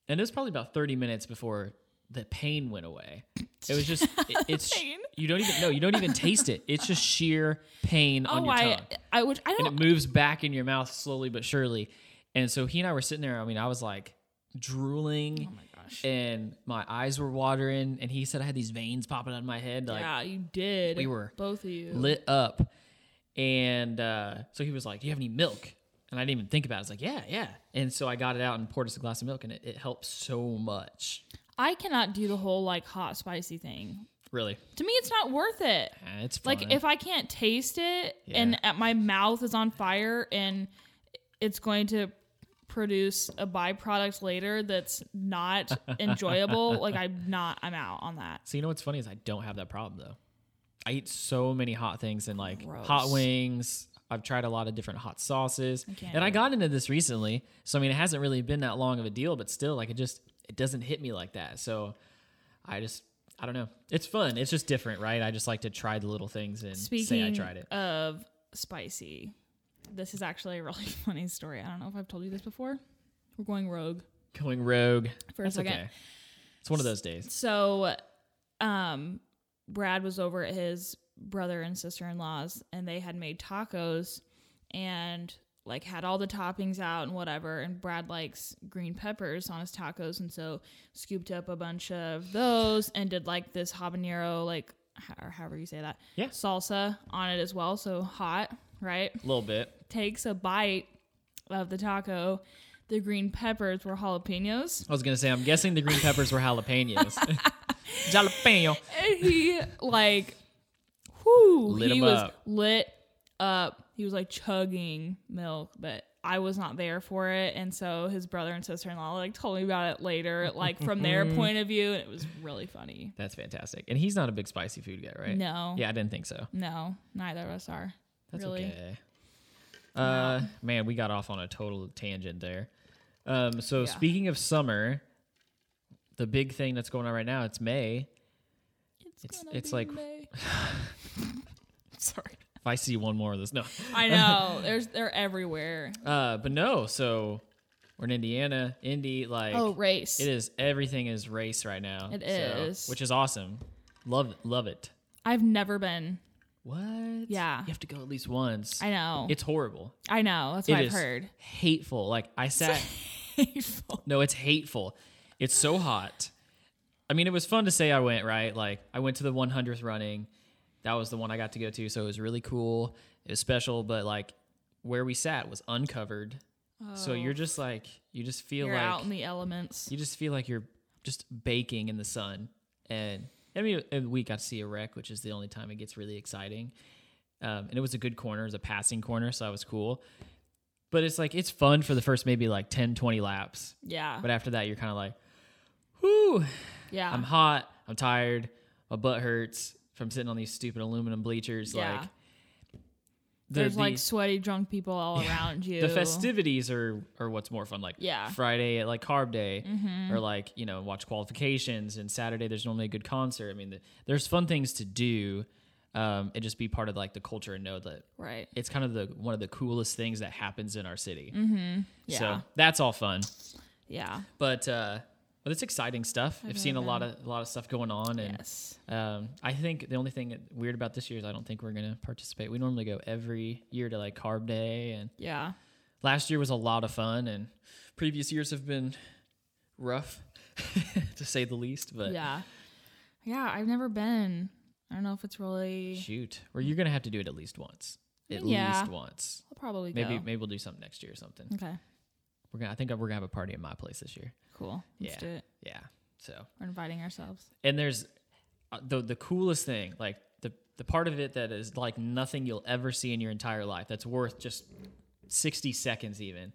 Speaker 3: And it was probably about 30 minutes before the pain went away. It was
Speaker 2: (laughs)
Speaker 3: just it- it's
Speaker 2: Pain?
Speaker 3: you don't even no, you don't even taste it. It's just sheer pain on
Speaker 2: Oh,
Speaker 3: your
Speaker 2: I,
Speaker 3: tongue
Speaker 2: I, which I
Speaker 3: and
Speaker 2: don't.
Speaker 3: it moves back in your mouth slowly but surely. And so he and I were sitting there. I mean, I was like drooling.
Speaker 2: oh my gosh.
Speaker 3: And my eyes were watering, and he said I had these veins popping out of my head, like
Speaker 2: yeah, you did.
Speaker 3: we were
Speaker 2: both of you.
Speaker 3: lit up. And uh, so he was like, "Do you have any milk?" And I didn't even think about it. I was like, "Yeah, yeah." And so I got it out and poured us a glass of milk, and it, it helped so much.
Speaker 2: I cannot do the whole like hot spicy thing.
Speaker 3: Really,
Speaker 2: To me, it's not worth it.
Speaker 3: Ah, it's fine.
Speaker 2: Like if I can't taste it
Speaker 3: Yeah.
Speaker 2: and at my mouth is on fire and it's going to produce a byproduct later that's
Speaker 3: (laughs)
Speaker 2: not enjoyable, like I'm not I'm out on that.
Speaker 3: So you know what's funny is I don't have that problem though. I eat so many hot things and like hot
Speaker 2: Gross.
Speaker 3: wings. I've tried a lot of different hot sauces.
Speaker 2: can't
Speaker 3: and I got into this recently. So I mean it hasn't really been that long of a deal, but still like it just it doesn't hit me like that. So I just I don't know. It's fun. It's just different, right? I just like to try the little things and
Speaker 2: Speaking
Speaker 3: say I tried it.
Speaker 2: of spicy, this is actually a really (laughs) funny story. I don't know if I've told you this before. We're going rogue.
Speaker 3: Going rogue.
Speaker 2: For a
Speaker 3: That's
Speaker 2: second.
Speaker 3: okay. It's one of those days.
Speaker 2: So, um, Brad was over at his brother and sister in law's, and they had made tacos and like had all the toppings out and whatever. And Brad likes green peppers on his tacos, and so scooped up a bunch of those and did like this habanero, like h- or however you say that,
Speaker 3: Yeah.
Speaker 2: salsa on it as well. So hot, right?
Speaker 3: A little bit.
Speaker 2: Takes a bite of the taco. The green peppers were jalapenos.
Speaker 3: I was gonna say I'm guessing the green peppers
Speaker 2: (laughs)
Speaker 3: were jalapenos. (laughs) Jalapeno.
Speaker 2: and he like whoo
Speaker 3: Lit
Speaker 2: he
Speaker 3: him
Speaker 2: was
Speaker 3: up.
Speaker 2: lit up he was like chugging milk but i was not there for it and so his brother and sister-in-law like told me about it later like from their
Speaker 3: Mm-hmm.
Speaker 2: point of view and it was really funny
Speaker 3: That's fantastic. And he's not a big spicy food guy, right?
Speaker 2: No.
Speaker 3: Yeah, I didn't think so.
Speaker 2: no neither of us are
Speaker 3: That's
Speaker 2: really
Speaker 3: okay. Uh, man, we got off on a total tangent there. Um, so speaking of summer, the big thing that's going on right now, it's May. It's-
Speaker 2: gonna
Speaker 3: it's
Speaker 2: be
Speaker 3: like- (laughs)
Speaker 2: May. sorry
Speaker 3: If I see one more of this, no.
Speaker 2: i know there's they're everywhere
Speaker 3: Uh, but no, so we're in Indiana, Indy, like
Speaker 2: oh race
Speaker 3: it is everything is race right now.
Speaker 2: It
Speaker 3: It is,
Speaker 2: is.
Speaker 3: which is awesome. Love love it.
Speaker 2: i've never been
Speaker 3: What?
Speaker 2: Yeah.
Speaker 3: You have to go at least once.
Speaker 2: i know
Speaker 3: It's horrible.
Speaker 2: i know that's
Speaker 3: It
Speaker 2: what i've
Speaker 3: is
Speaker 2: heard (laughs)
Speaker 3: hateful. Like I sat
Speaker 2: hateful
Speaker 3: No, it's hateful. It's so hot. I mean, it was fun to say I went, right? Like, I went to the 100th running. That was the one I got to go to. So it was really cool. It was special, but like where we sat was uncovered. So you're just like, you just feel
Speaker 2: Oh. you're
Speaker 3: like,
Speaker 2: out in the elements
Speaker 3: you just feel like you're just baking in the sun. And I mean, and we got to see a wreck, which is the only time it gets really exciting. Um, and it was a good corner, it was a passing corner. So that was cool. But it's like, it's fun for the first maybe like 10, 20 laps.
Speaker 2: Yeah.
Speaker 3: But after that, you're kind of like, whoo,
Speaker 2: yeah.
Speaker 3: I'm hot, I'm tired, my butt hurts from sitting on these stupid aluminum bleachers.
Speaker 2: Yeah.
Speaker 3: Like, the,
Speaker 2: There's
Speaker 3: the,
Speaker 2: like sweaty drunk people all around you.
Speaker 3: the festivities are, are what's more fun. Like,
Speaker 2: Yeah. Mm-hmm.
Speaker 3: Friday at like carb day, or like, you know, watch qualifications, and Saturday there's normally a good concert. I mean, the, there's fun things to do. Um, and just be part of like the culture and know that
Speaker 2: Right.
Speaker 3: it's kind of the one of the coolest things that happens in our city.
Speaker 2: Mm-hmm. Yeah.
Speaker 3: So that's all fun.
Speaker 2: yeah.
Speaker 3: but uh but it's exciting stuff. I've, seen a lot of a lot of stuff going on, and
Speaker 2: Mm-hmm. Yes.
Speaker 3: um, I think the only thing weird about this year is I don't think we're gonna participate. We normally go every year to like Carb Day, and
Speaker 2: Yeah.
Speaker 3: last year was a lot of fun, and previous years have been rough, (laughs) to say the least. But
Speaker 2: yeah. Yeah. I've never been. I don't know if it's really.
Speaker 3: shoot, well, you're gonna have to do it at least once, at
Speaker 2: Yeah.
Speaker 3: least once.
Speaker 2: I'll probably
Speaker 3: Maybe
Speaker 2: go. Mm.
Speaker 3: maybe we'll do something next year or something.
Speaker 2: Okay.
Speaker 3: We're gonna I think we're gonna have a party at my place this year.
Speaker 2: Cool. Let's
Speaker 3: Yeah.
Speaker 2: do it.
Speaker 3: Yeah, so
Speaker 2: We're inviting ourselves.
Speaker 3: and there's uh, the the coolest thing like the the part of it that is like nothing you'll ever see in your entire life that's worth just 60 seconds even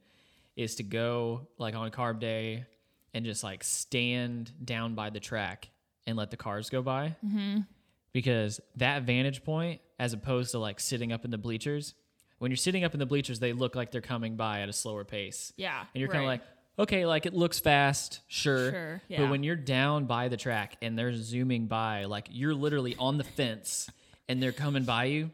Speaker 3: is to go like on carb day and just like stand down by the track and let the cars go by because that vantage point as opposed to like sitting up in the bleachers when you're sitting up in the bleachers they look like they're coming by at a slower pace
Speaker 2: Yeah,
Speaker 3: and you're kind of
Speaker 2: right.
Speaker 3: like okay like it looks fast sure,
Speaker 2: Sure,
Speaker 3: but
Speaker 2: yeah.
Speaker 3: when you're down by the track and they're zooming by like you're literally on the fence and they're coming by you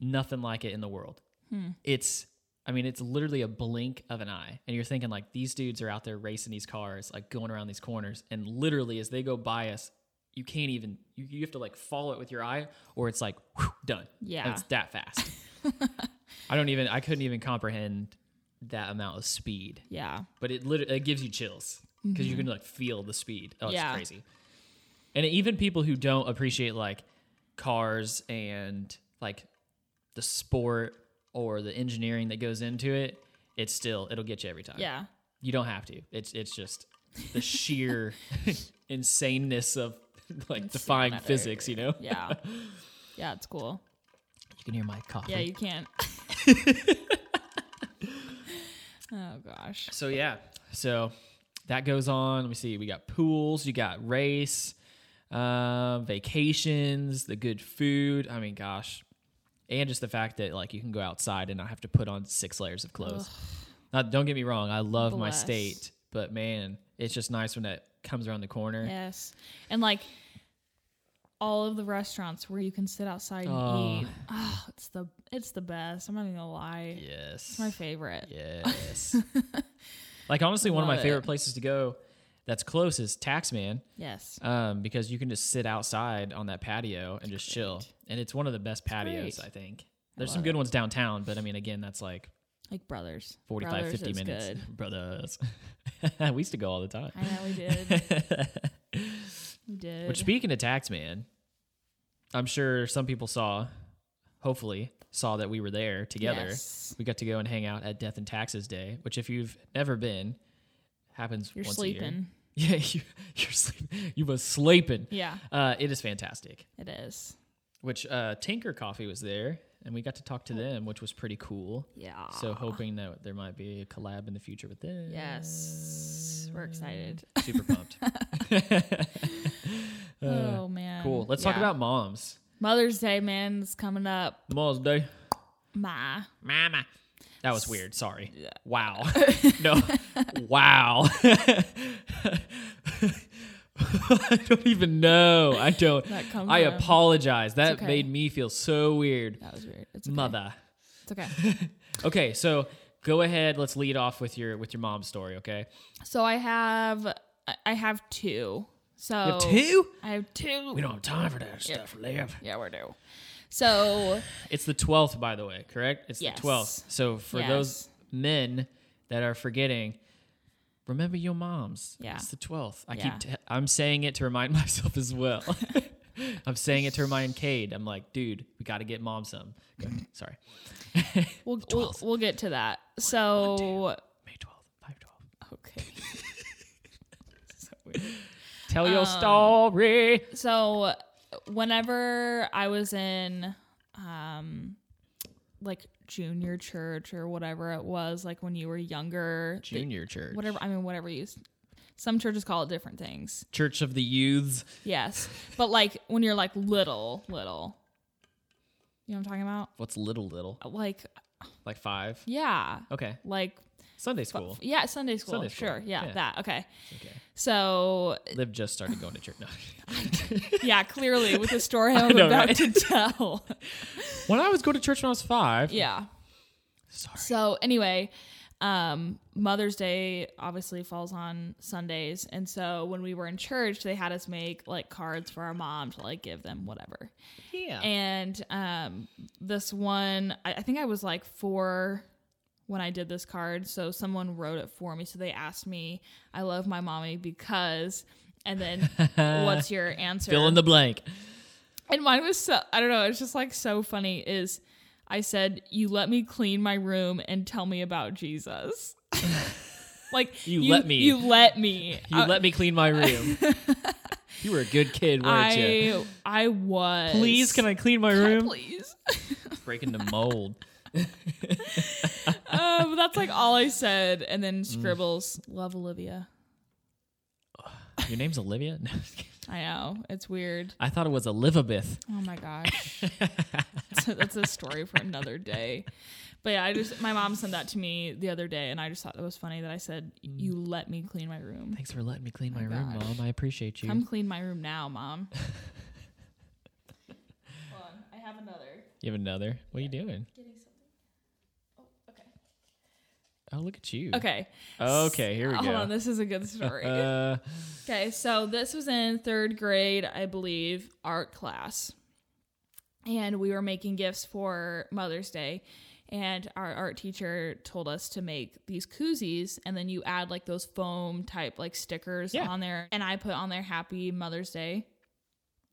Speaker 3: nothing like it in the world
Speaker 2: Hmm.
Speaker 3: it's i mean it's literally a blink of an eye and you're thinking like these dudes are out there racing these cars like going around these corners and literally as they go by us you can't even you, you have to like follow it with your eye or it's like whew, done
Speaker 2: Yeah.
Speaker 3: it's that fast
Speaker 2: (laughs)
Speaker 3: i don't even i couldn't even comprehend that amount of speed
Speaker 2: Yeah.
Speaker 3: but it literally it gives you chills because you can like feel the speed. Oh,
Speaker 2: Mm-hmm. Yeah.
Speaker 3: it's crazy. And even people who don't appreciate like cars and like the sport or the engineering that goes into it, it's still it'll get you every time.
Speaker 2: Yeah.
Speaker 3: you don't have to. It's it's just
Speaker 2: (laughs)
Speaker 3: the sheer insaneness of like defying
Speaker 2: matter.
Speaker 3: physics. You know,
Speaker 2: Yeah.
Speaker 3: (laughs)
Speaker 2: yeah, it's cool.
Speaker 3: you can hear my coffee.
Speaker 2: Yeah, you
Speaker 3: (laughs)
Speaker 2: can't. (laughs) oh gosh.
Speaker 3: So yeah, so that goes on. Let me see. We got pools. You got race, uh, vacations, the good food. I mean, gosh, and just the fact that like you can go outside and not have to put on six layers of clothes. Now, don't get me wrong. I love my
Speaker 2: Bless.
Speaker 3: state, but man, it's just nice when that comes around the corner.
Speaker 2: Yes. And like all of the restaurants where you can sit outside and
Speaker 3: Oh.
Speaker 2: eat. Oh, it's the it's the best. I'm not even gonna lie.
Speaker 3: Yes.
Speaker 2: It's my favorite. (laughs)
Speaker 3: Yes. like honestly, one of my
Speaker 2: Love it.
Speaker 3: favorite places to go that's close is Taxman.
Speaker 2: Yes.
Speaker 3: um, because you can just sit outside on that patio and just chill. And it's one of the best patios,
Speaker 2: great.
Speaker 3: I think. There's some good ones downtown, but I mean, again, that's like
Speaker 2: Like brothers.
Speaker 3: 45,
Speaker 2: brothers
Speaker 3: 50
Speaker 2: is
Speaker 3: minutes. (laughs)
Speaker 2: good.
Speaker 3: Brothers. we used to go all the time.
Speaker 2: I know we
Speaker 3: (laughs)
Speaker 2: did. we did.
Speaker 3: Which, speaking of Taxman, I'm sure some people saw, hopefully, saw that we were there together.
Speaker 2: Yes.
Speaker 3: We got to go and hang out at Death and Taxes Day, which, if you've never been, happens
Speaker 2: You're
Speaker 3: once a year.
Speaker 2: sleeping.
Speaker 3: (laughs) Yeah, you, you're sleeping. You was sleeping.
Speaker 2: Yeah,
Speaker 3: Uh, it is fantastic.
Speaker 2: it is.
Speaker 3: which uh, Tinker Coffee was there, and we got to talk to them, which was pretty cool.
Speaker 2: Oh. Yeah.
Speaker 3: So hoping that there might be a collab in the future with them.
Speaker 2: Yes. We're excited.
Speaker 3: Super
Speaker 2: (laughs)
Speaker 3: pumped.
Speaker 2: oh man.
Speaker 3: Uh, cool. Let's talk
Speaker 2: Yeah.
Speaker 3: about moms.
Speaker 2: Mother's Day, man, is coming up.
Speaker 3: Mom's Day.
Speaker 2: My
Speaker 3: Mama. That was weird. Sorry.
Speaker 2: (laughs)
Speaker 3: Wow. no. Wow. (laughs) I don't even know. I don't.
Speaker 2: That comes
Speaker 3: I
Speaker 2: from-
Speaker 3: apologize. That
Speaker 2: okay.
Speaker 3: made me feel so weird.
Speaker 2: that was weird. It's okay.
Speaker 3: Mother.
Speaker 2: It's okay.
Speaker 3: Okay, so go ahead. Let's lead off with your with your mom's story. Okay,
Speaker 2: So I have I- I have two. So I have two.
Speaker 3: We don't have time for that stuff. Live.
Speaker 2: Yeah, we're due.
Speaker 3: (sighs)
Speaker 2: So
Speaker 3: It's the twelfth, by the way. Correct. It's
Speaker 2: Yes.
Speaker 3: the twelfth. So for
Speaker 2: Yes.
Speaker 3: those men that are forgetting, remember your moms.
Speaker 2: Yeah.
Speaker 3: It's the twelfth. I
Speaker 2: Yeah.
Speaker 3: keep. T- I'm saying it to remind (laughs) myself as well. I'm saying it to remind Cade. I'm like, dude, we got to get mom some. Sorry,
Speaker 2: we'll, we'll we'll get to that. So
Speaker 3: May twelfth, five twelve.
Speaker 2: okay.
Speaker 3: Tell
Speaker 2: Um,
Speaker 3: your story.
Speaker 2: So whenever I was in um like junior church or whatever it was, like when you were younger, they-
Speaker 3: Junior church.
Speaker 2: whatever I mean, whatever you. s- Some churches call it different things.
Speaker 3: Church of the youths.
Speaker 2: Yes, but like when you're like little, little. You know what I'm talking about?
Speaker 3: What's little little?
Speaker 2: Like
Speaker 3: Like five.
Speaker 2: yeah,
Speaker 3: Okay.
Speaker 2: like
Speaker 3: Sunday school.
Speaker 2: yeah, Sunday school.
Speaker 3: Sunday school,
Speaker 2: sure, yeah,
Speaker 3: yeah.
Speaker 2: that okay.
Speaker 3: Okay.
Speaker 2: So
Speaker 3: Liv just started going to church. No. (laughs)
Speaker 2: yeah, clearly with the story I'm
Speaker 3: know,
Speaker 2: about
Speaker 3: right?
Speaker 2: to tell. (laughs)
Speaker 3: when I was going to church when I was five.
Speaker 2: yeah.
Speaker 3: Sorry.
Speaker 2: So anyway, um, Mother's Day obviously falls on Sundays, and so when we were in church, they had us make like cards for our mom to like give them whatever.
Speaker 3: Yeah.
Speaker 2: And um, this one, I, I think I was like four when I did this card. So someone wrote it for me. So they asked me, I love my mommy because, and then
Speaker 3: (laughs)
Speaker 2: what's your answer?
Speaker 3: Fill in the blank.
Speaker 2: and mine was so, I don't know, it's just like so funny. Is I said, You let me clean my room and tell me about
Speaker 3: (laughs)
Speaker 2: Jesus. like,
Speaker 3: You let me.
Speaker 2: You let me. (laughs)
Speaker 3: You let me clean my room. You were a good kid, weren't you?
Speaker 2: I I was.
Speaker 3: Please, can I clean my
Speaker 2: Can I
Speaker 3: room?
Speaker 2: please?
Speaker 3: Breaking the mold.
Speaker 2: uh, but that's like all I said, and
Speaker 3: Mm.
Speaker 2: then scribbles. Love Olivia.
Speaker 3: Your name's Olivia? (laughs) No, I'm just kidding.
Speaker 2: I know it's weird.
Speaker 3: I thought it was Elizabeth.
Speaker 2: Oh my
Speaker 3: (laughs)
Speaker 2: gosh, so that's a story for another day. But yeah, I just my mom sent that to me the other day, and I just thought that was funny that I said
Speaker 3: Mm.
Speaker 2: you let me clean my room.
Speaker 3: Thanks for letting me clean my, room,
Speaker 2: Oh gosh.
Speaker 3: Mom. I appreciate you.
Speaker 2: Come clean my room now,
Speaker 3: (laughs)
Speaker 2: mom. Hold on, I have another.
Speaker 3: You have another? What are you doing?
Speaker 2: Getting something. Oh, okay.
Speaker 3: Oh, look at you.
Speaker 2: Okay.
Speaker 3: Okay, here we
Speaker 2: Hold
Speaker 3: go.
Speaker 2: on, this is a good
Speaker 3: (laughs)
Speaker 2: story.
Speaker 3: Uh,
Speaker 2: Okay, so this was in third grade, I believe, art class. And we were making gifts for Mother's Day. And our art teacher told us to make these koozies. And then you add like those foam type like stickers
Speaker 3: Yeah.
Speaker 2: on there. And I put on there Happy Mother's Day.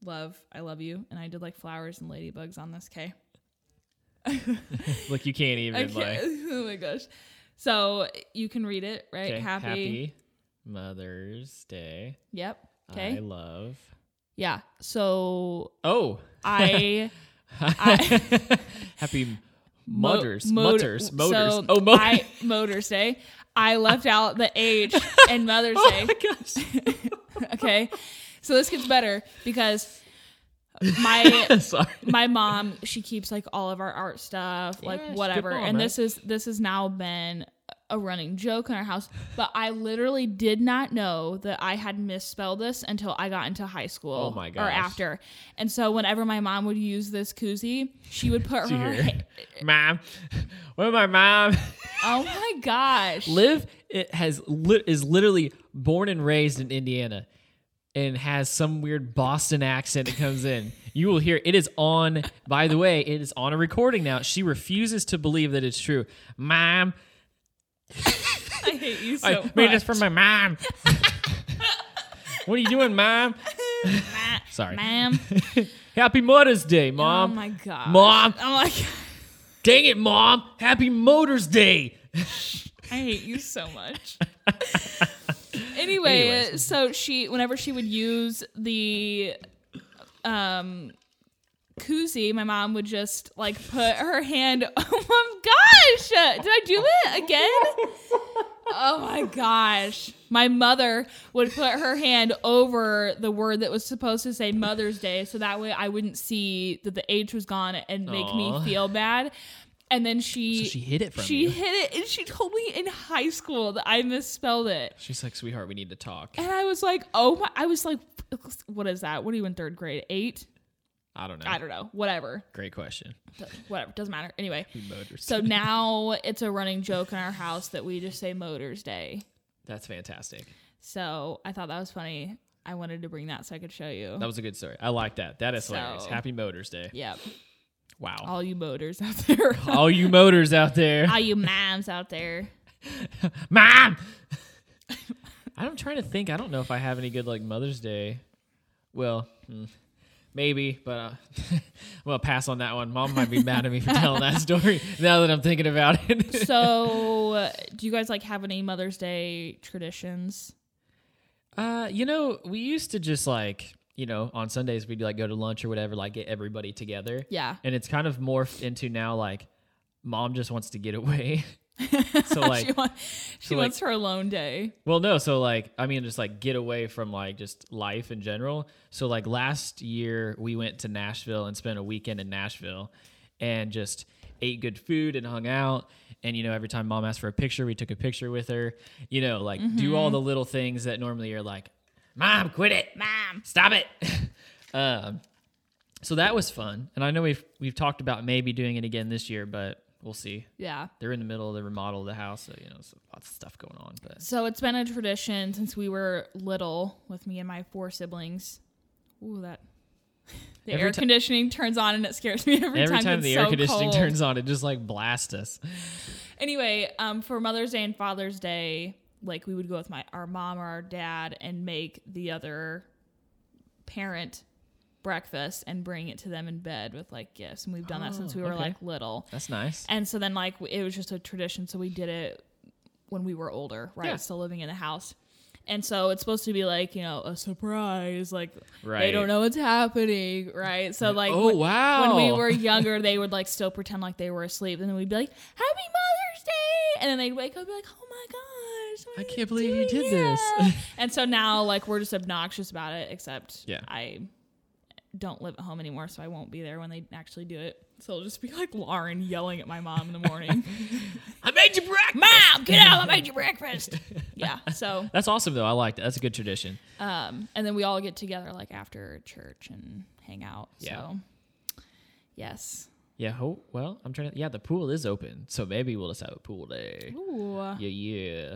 Speaker 2: Love, I love you. And I did like flowers and ladybugs on this, okay?
Speaker 3: look, you can't even
Speaker 2: Okay.
Speaker 3: like.
Speaker 2: (laughs) oh my gosh. So you can read it, right?
Speaker 3: 'kay,
Speaker 2: Happy.
Speaker 3: Happy Mother's Day.
Speaker 2: Yep. Okay.
Speaker 3: I love.
Speaker 2: yeah. So
Speaker 3: Oh, (laughs)
Speaker 2: I. I
Speaker 3: happy
Speaker 2: Mo-
Speaker 3: Mother's,
Speaker 2: Mot-
Speaker 3: Mother's, Mother's.
Speaker 2: So
Speaker 3: (laughs) oh, Mother's.
Speaker 2: I, Motors Day. I left out the H and Mother's
Speaker 3: (laughs) oh
Speaker 2: Day.
Speaker 3: my gosh.
Speaker 2: Okay, so this gets better because
Speaker 3: (laughs)
Speaker 2: my
Speaker 3: Sorry.
Speaker 2: my mom she keeps like all of our art stuff, like
Speaker 3: Yeah, she's a good
Speaker 2: whatever.
Speaker 3: mom,
Speaker 2: and
Speaker 3: right?
Speaker 2: this is this has now been a running joke in our house. But I literally did not know that I had misspelled this until I got into high school.
Speaker 3: Oh my
Speaker 2: Or
Speaker 3: gosh.
Speaker 2: after, and so whenever my mom would use this koozie, she would
Speaker 3: (laughs)
Speaker 2: put her.
Speaker 3: Dear. Mom. Where my mom?
Speaker 2: Oh my gosh!
Speaker 3: Liv it has lit is literally born and raised in Indiana and has some weird Boston accent that comes in. You will hear it is on by the way, it is on a recording now. She refuses to believe that it's true. Mom,
Speaker 2: I hate you so
Speaker 3: I
Speaker 2: much.
Speaker 3: made this for my (laughs) mom. what are you doing, mom? Sorry.
Speaker 2: ma'am.
Speaker 3: Happy Mother's Day,
Speaker 2: Oh
Speaker 3: mom.
Speaker 2: my Oh god,
Speaker 3: Mom.
Speaker 2: I'm like,
Speaker 3: Dang it, mom. Happy Motors Day.
Speaker 2: I hate you so
Speaker 3: (laughs)
Speaker 2: much. anyway,
Speaker 3: Anyways.
Speaker 2: so she, whenever she would use the, um. Koozie, my mom would just like put her hand. (laughs) Oh my gosh! Did I do it again? Oh my gosh. My mother would put her hand over the word that was supposed to say Mother's Day so that way I wouldn't see that the H was gone and make
Speaker 3: Aw.
Speaker 2: me feel bad. And then she
Speaker 3: So she hid it from
Speaker 2: she
Speaker 3: you.
Speaker 2: hid it and she told me in high school that I misspelled it.
Speaker 3: She's like, sweetheart, we need
Speaker 2: (laughs)
Speaker 3: to talk.
Speaker 2: And I was like, "Oh my I was like, what is that? What are you in 3rd grade? 8?
Speaker 3: I don't know.
Speaker 2: I don't know. Whatever.
Speaker 3: Great question.
Speaker 2: Whatever. Doesn't matter. Anyway.
Speaker 3: Motors. (laughs)
Speaker 2: So now it's a running joke in our house that we just say Motors Day.
Speaker 3: That's fantastic.
Speaker 2: So I thought that was funny. I wanted to bring that so I could show you.
Speaker 3: That was a good story. I like that. That is
Speaker 2: So-
Speaker 3: hilarious. Happy Motors Day.
Speaker 2: yep.
Speaker 3: Wow.
Speaker 2: All you motors out (laughs) there.
Speaker 3: (laughs) All you motors out there.
Speaker 2: All you moms out there. (laughs)
Speaker 3: Mom! I'm trying to think. I don't know if I have any good, like, Mother's Day. Well, hmm, maybe, but uh, (laughs) I'm going to pass on that one. Mom might be mad at me for telling that story (laughs) now that I'm thinking about it. (laughs)
Speaker 2: So (laughs) uh, do you guys like have any Mother's Day traditions? (laughs)
Speaker 3: Uh, you know, we used to just like, you know, on Sundays we'd like go to lunch or whatever, like get everybody together.
Speaker 2: Yeah.
Speaker 3: And it's kind of morphed into now like mom just wants to get
Speaker 2: (laughs)
Speaker 3: away. (laughs) so
Speaker 2: she
Speaker 3: like
Speaker 2: wa- she
Speaker 3: like-
Speaker 2: wants her alone day.
Speaker 3: well no, so like I mean just like get away from like just life in general. So like last year we went to Nashville and spent a weekend in Nashville and just ate good food and hung out and you know every time mom asked for a picture we took a picture with her. You know, like do
Speaker 2: Mm-hmm.
Speaker 3: all the little things that normally are like mom quit it.
Speaker 2: Mom.
Speaker 3: Stop it. (laughs) um, so that was fun, and I know we've we've talked about maybe doing it again this year, but we'll see.
Speaker 2: Yeah.
Speaker 3: They're in the middle of the remodel of the house, so you know, so lots of stuff going on. But
Speaker 2: So it's been a tradition since we were little with me and my four siblings. Ooh, that (laughs) the
Speaker 3: Every
Speaker 2: air
Speaker 3: ti-
Speaker 2: conditioning turns on and it scares me every,
Speaker 3: every
Speaker 2: time,
Speaker 3: time
Speaker 2: it's
Speaker 3: the air
Speaker 2: so
Speaker 3: conditioning
Speaker 2: cold.
Speaker 3: turns on, it just like blasts us.
Speaker 2: anyway, um, for Mother's Day and Father's Day, like we would go with my our mom or our dad and make the other parent breakfast and bring it to them in bed with like gifts, and we've done that since we were
Speaker 3: Oh, okay.
Speaker 2: like little.
Speaker 3: That's nice.
Speaker 2: And so then like it was just a tradition, so we did it when we were older, right?
Speaker 3: Yeah.
Speaker 2: Still living in the house. And so it's supposed to be like, you know, a surprise. Like they
Speaker 3: Right.
Speaker 2: don't know what's happening, right? So like
Speaker 3: Oh,
Speaker 2: when,
Speaker 3: wow.
Speaker 2: when we
Speaker 3: (laughs)
Speaker 2: were younger, they would like still pretend like they were asleep and then we'd be like, Happy Mother's Day and then they'd wake up and be like, Oh my gosh. what
Speaker 3: I
Speaker 2: are
Speaker 3: can't believe you
Speaker 2: doing
Speaker 3: did this. (laughs)
Speaker 2: here?" and so now like we're just obnoxious about it, except
Speaker 3: Yeah.
Speaker 2: I don't live at home anymore, so I won't be there when they actually do it. So it'll just be like Lauren yelling at my mom in the
Speaker 3: (laughs)
Speaker 2: morning. (laughs)
Speaker 3: I made you breakfast.
Speaker 2: Mom, get out! I made you
Speaker 3: (laughs)
Speaker 2: breakfast. Yeah. So,
Speaker 3: That's awesome though. I liked it. That's a good tradition.
Speaker 2: um, and then we all get together like after church and hang out.
Speaker 3: Yeah.
Speaker 2: So, yes.
Speaker 3: Yeah. Ho- well, I'm trying to. Yeah, the pool is open, so maybe we'll just have a pool day.
Speaker 2: Ooh,
Speaker 3: Yeah, yeah.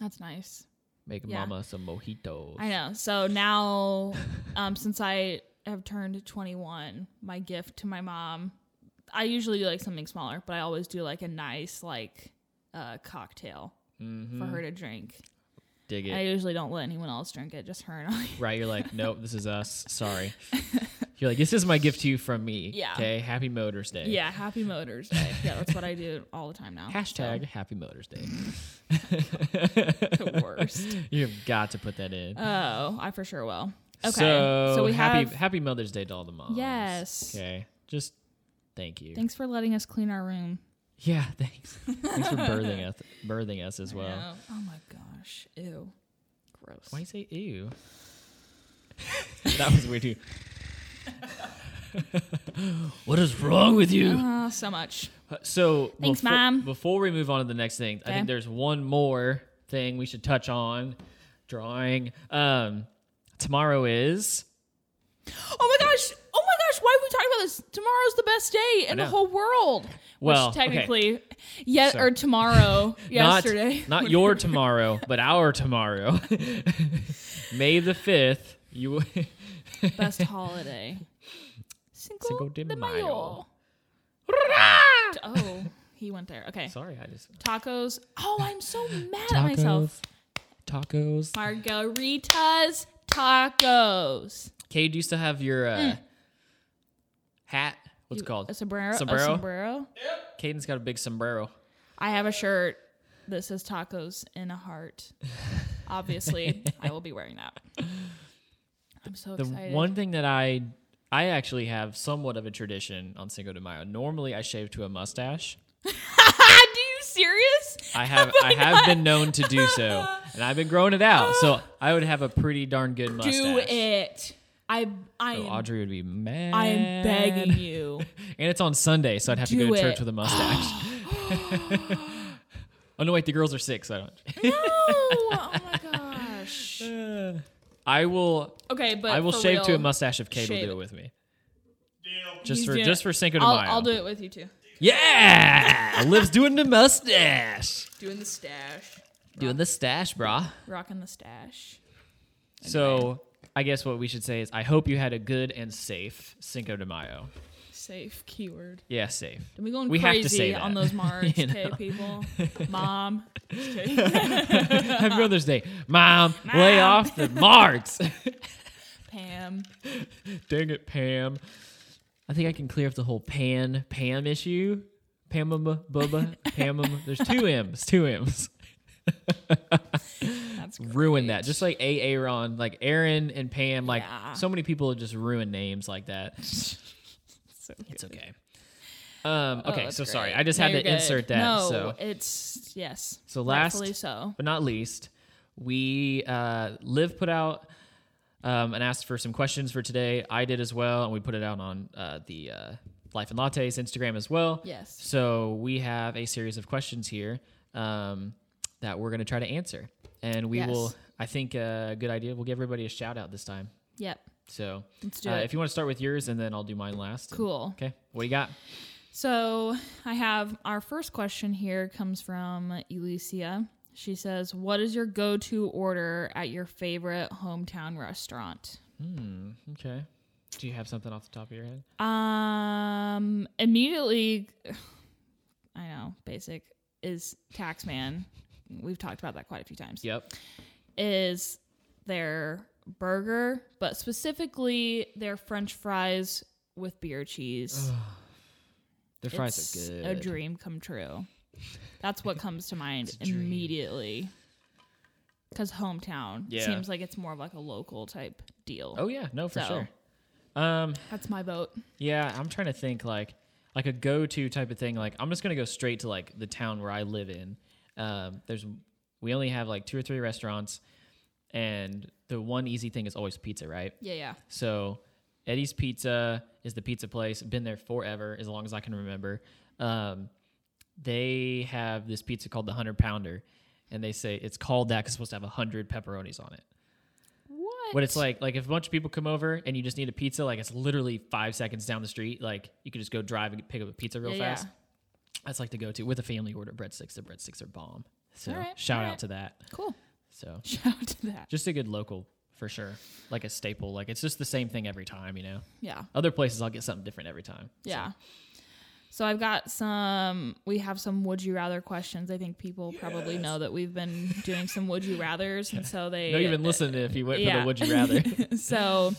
Speaker 2: that's nice.
Speaker 3: Make
Speaker 2: Yeah.
Speaker 3: mama some mojitos.
Speaker 2: I know. So
Speaker 3: (laughs)
Speaker 2: now, um, since I have turned 21, my gift to my mom, I usually do like something smaller, but I always do like a nice like uh, cocktail for her to drink.
Speaker 3: Mm-hmm. Dig it.
Speaker 2: I usually don't let anyone else drink it, just her and I.
Speaker 3: Right, you're like, nope, this is us.
Speaker 2: (laughs)
Speaker 3: Sorry. You're like, this is my gift to you from me.
Speaker 2: Yeah.
Speaker 3: Okay. Happy Motors Day.
Speaker 2: Yeah, Happy Motors Day. Yeah, that's what I do all the time now.
Speaker 3: Hashtag Happy Motors Day.
Speaker 2: So, the worst.
Speaker 3: (laughs) You've got to put that in.
Speaker 2: Oh, I for sure will. Okay.
Speaker 3: So,
Speaker 2: we
Speaker 3: happy
Speaker 2: have.
Speaker 3: Happy Mother's Day to all the moms.
Speaker 2: Yes.
Speaker 3: Oh, Okay. Just thank you.
Speaker 2: Thanks for letting us clean our room.
Speaker 3: (laughs) yeah. Thanks. thanks for
Speaker 2: (laughs)
Speaker 3: birthing us. Birthing us as well.
Speaker 2: Yeah. Oh my gosh. Ew. Gross.
Speaker 3: Why you say ew? (laughs) that was
Speaker 2: (laughs)
Speaker 3: weird too. (laughs) what is wrong with you?
Speaker 2: Ah, so much.
Speaker 3: So
Speaker 2: Thanks,
Speaker 3: befo-
Speaker 2: Mom.
Speaker 3: Before we move on to the next thing, I
Speaker 2: Okay.
Speaker 3: think there's one more thing we should touch on. Drawing. Um, tomorrow is
Speaker 2: Oh my gosh. Oh my gosh. Why are we talking about this? Tomorrow's the best day in the
Speaker 3: know.
Speaker 2: whole world.
Speaker 3: Well,
Speaker 2: Which
Speaker 3: okay.
Speaker 2: technically,
Speaker 3: (laughs)
Speaker 2: yet
Speaker 3: So-
Speaker 2: or tomorrow,
Speaker 3: (laughs) not-
Speaker 2: yesterday.
Speaker 3: not your tomorrow, but our tomorrow, (laughs) May the fifth. You
Speaker 2: best holiday. Cinco,
Speaker 3: (laughs) Cinco de
Speaker 2: de,
Speaker 3: Mayo.
Speaker 2: Mayo.
Speaker 3: (laughs)
Speaker 2: oh, he went there. Okay.
Speaker 3: (laughs) sorry, I just
Speaker 2: Tacos. Oh, I'm so mad at myself.
Speaker 3: Tacos.
Speaker 2: Margaritas, tacos.
Speaker 3: Kay, do you still have your uh, hat? What's it called?
Speaker 2: Mm. A sombrero.
Speaker 3: Sombrero?
Speaker 2: A sombrero.
Speaker 3: Caden's got a big sombrero.
Speaker 2: I have a shirt that says tacos in a
Speaker 3: (laughs)
Speaker 2: heart. Obviously, I will be wearing that. I'm so
Speaker 3: The
Speaker 2: excited. (laughs)
Speaker 3: one thing that I I actually have somewhat of a tradition on Cinco de Mayo. Normally, I shave to a mustache.
Speaker 2: Ah, do you serious?
Speaker 3: I have I
Speaker 2: (laughs)
Speaker 3: have been known to do so, and I've been growing it out. So I would have a pretty darn good mustache.
Speaker 2: Do it. I I
Speaker 3: So
Speaker 2: am,
Speaker 3: Audrey would be mad.
Speaker 2: I am begging
Speaker 3: (laughs)
Speaker 2: you.
Speaker 3: And it's on Sunday, so I'd have to
Speaker 2: Do
Speaker 3: go to church
Speaker 2: it.
Speaker 3: with
Speaker 2: (gasps)
Speaker 3: a mustache. oh no, wait, the girls are sick, so I
Speaker 2: no. Oh my gosh.
Speaker 3: don't. I will
Speaker 2: Okay, Uh, but
Speaker 3: I will
Speaker 2: for
Speaker 3: shave to
Speaker 2: real,
Speaker 3: a mustache if Kate
Speaker 2: shave
Speaker 3: will
Speaker 2: it.
Speaker 3: do it with me. Just
Speaker 2: he's
Speaker 3: for
Speaker 2: doing
Speaker 3: just
Speaker 2: it.
Speaker 3: for Cinco de
Speaker 2: I'll,
Speaker 3: Mayo.
Speaker 2: I'll do it with you too.
Speaker 3: Yeah, Liv's doing the mustache.
Speaker 2: Doing the stash.
Speaker 3: Doing the stash, brah.
Speaker 2: Rocking the stash.
Speaker 3: So I guess what we should say is I hope you had a good and safe Cinco de Mayo.
Speaker 2: Safe keyword.
Speaker 3: Yeah, safe. (laughs)
Speaker 2: And we going
Speaker 3: We have to
Speaker 2: crazy
Speaker 3: say that,
Speaker 2: on those marks,
Speaker 3: (laughs) you know?
Speaker 2: okay, people? Mom. Just kidding.
Speaker 3: (laughs) Happy Mother's Day. Mom, lay
Speaker 2: Mom. (laughs)
Speaker 3: off the marks. (laughs)
Speaker 2: Pam.
Speaker 3: Dang it, Pam. I think I can clear up the whole pan Pam issue. Pamama Bubba. Pamama. There's two M's. Two M's.
Speaker 2: That's great.
Speaker 3: Ruin that. Just like Aaron, like Aaron and Pam. Like
Speaker 2: Yeah.
Speaker 3: so many people just ruin names like that.
Speaker 2: (laughs) So
Speaker 3: It's
Speaker 2: (laughs)
Speaker 3: okay. Um,
Speaker 2: Oh,
Speaker 3: okay,
Speaker 2: that's
Speaker 3: so sorry.
Speaker 2: great.
Speaker 3: I just
Speaker 2: No,
Speaker 3: had
Speaker 2: you're
Speaker 3: to
Speaker 2: good.
Speaker 3: insert that.
Speaker 2: No,
Speaker 3: so
Speaker 2: it's yes.
Speaker 3: So last-
Speaker 2: Rightfully so.
Speaker 3: but not least, we uh, Liv put out um, and asked for some questions for today. I did as well, and we put it out on uh, the uh, Life and Lattes Instagram as well.
Speaker 2: Yes.
Speaker 3: So we have a series of questions here um, that we're going to try to answer, and we
Speaker 2: Yes.
Speaker 3: will. I think uh, a good idea. We'll give everybody a shout out this time.
Speaker 2: Yep.
Speaker 3: So
Speaker 2: Let's do
Speaker 3: uh,
Speaker 2: it.
Speaker 3: if you want to start with yours, and then I'll do mine last.
Speaker 2: Cool.
Speaker 3: Okay. What do you got?
Speaker 2: So I have our first question here comes from Alicia. She says, "What is your go-to order at your favorite hometown restaurant?"
Speaker 3: Hmm, Okay. Do you have something off the top of your head?
Speaker 2: Um, immediately, (sighs) I know basic is Taxman. We've talked about that quite a few times.
Speaker 3: Yep.
Speaker 2: is their burger, but specifically their French fries with beer cheese.
Speaker 3: The fries
Speaker 2: It's
Speaker 3: are good.
Speaker 2: A dream come true. That's what comes to mind
Speaker 3: dream.
Speaker 2: immediately. because hometown
Speaker 3: Yeah.
Speaker 2: seems like it's more of like a local type deal.
Speaker 3: Oh yeah, no for
Speaker 2: So.
Speaker 3: sure. Um,
Speaker 2: That's my vote.
Speaker 3: yeah, I'm trying to think like like a go to type of thing. Like I'm just gonna go straight to like the town where I live in. Um, there's we only have like two or three restaurants, and the one easy thing is always pizza, right?
Speaker 2: Yeah, yeah.
Speaker 3: So Eddie's Pizza is the pizza place. Been there forever, as long as I can remember. Um, they have this pizza called the Hundred Pounder, and they say it's called that 'cause it's supposed to have hundred pepperonis on it.
Speaker 2: What?
Speaker 3: What it's like, like if a bunch of people come over and you just need a pizza, like it's literally five seconds down the street. Like you could just go drive and pick up a pizza real
Speaker 2: Yeah,
Speaker 3: fast.
Speaker 2: yeah.
Speaker 3: That's like the go-to with a family order breadsticks. The breadsticks are bomb. So
Speaker 2: Alright,
Speaker 3: shout out
Speaker 2: alright.
Speaker 3: to that.
Speaker 2: Cool. (laughs)
Speaker 3: So
Speaker 2: Shout out to that.
Speaker 3: just a good local for sure, like a staple. Like it's just the same thing every time, you know.
Speaker 2: Yeah.
Speaker 3: Other places I'll get something different every time. So,
Speaker 2: Yeah. So I've got some. We have some would you rather questions. I think people probably know that we've been doing some would you rather's, and so they
Speaker 3: No, you've been listening if you went for
Speaker 2: Yeah.
Speaker 3: the would you rather.
Speaker 2: (laughs) so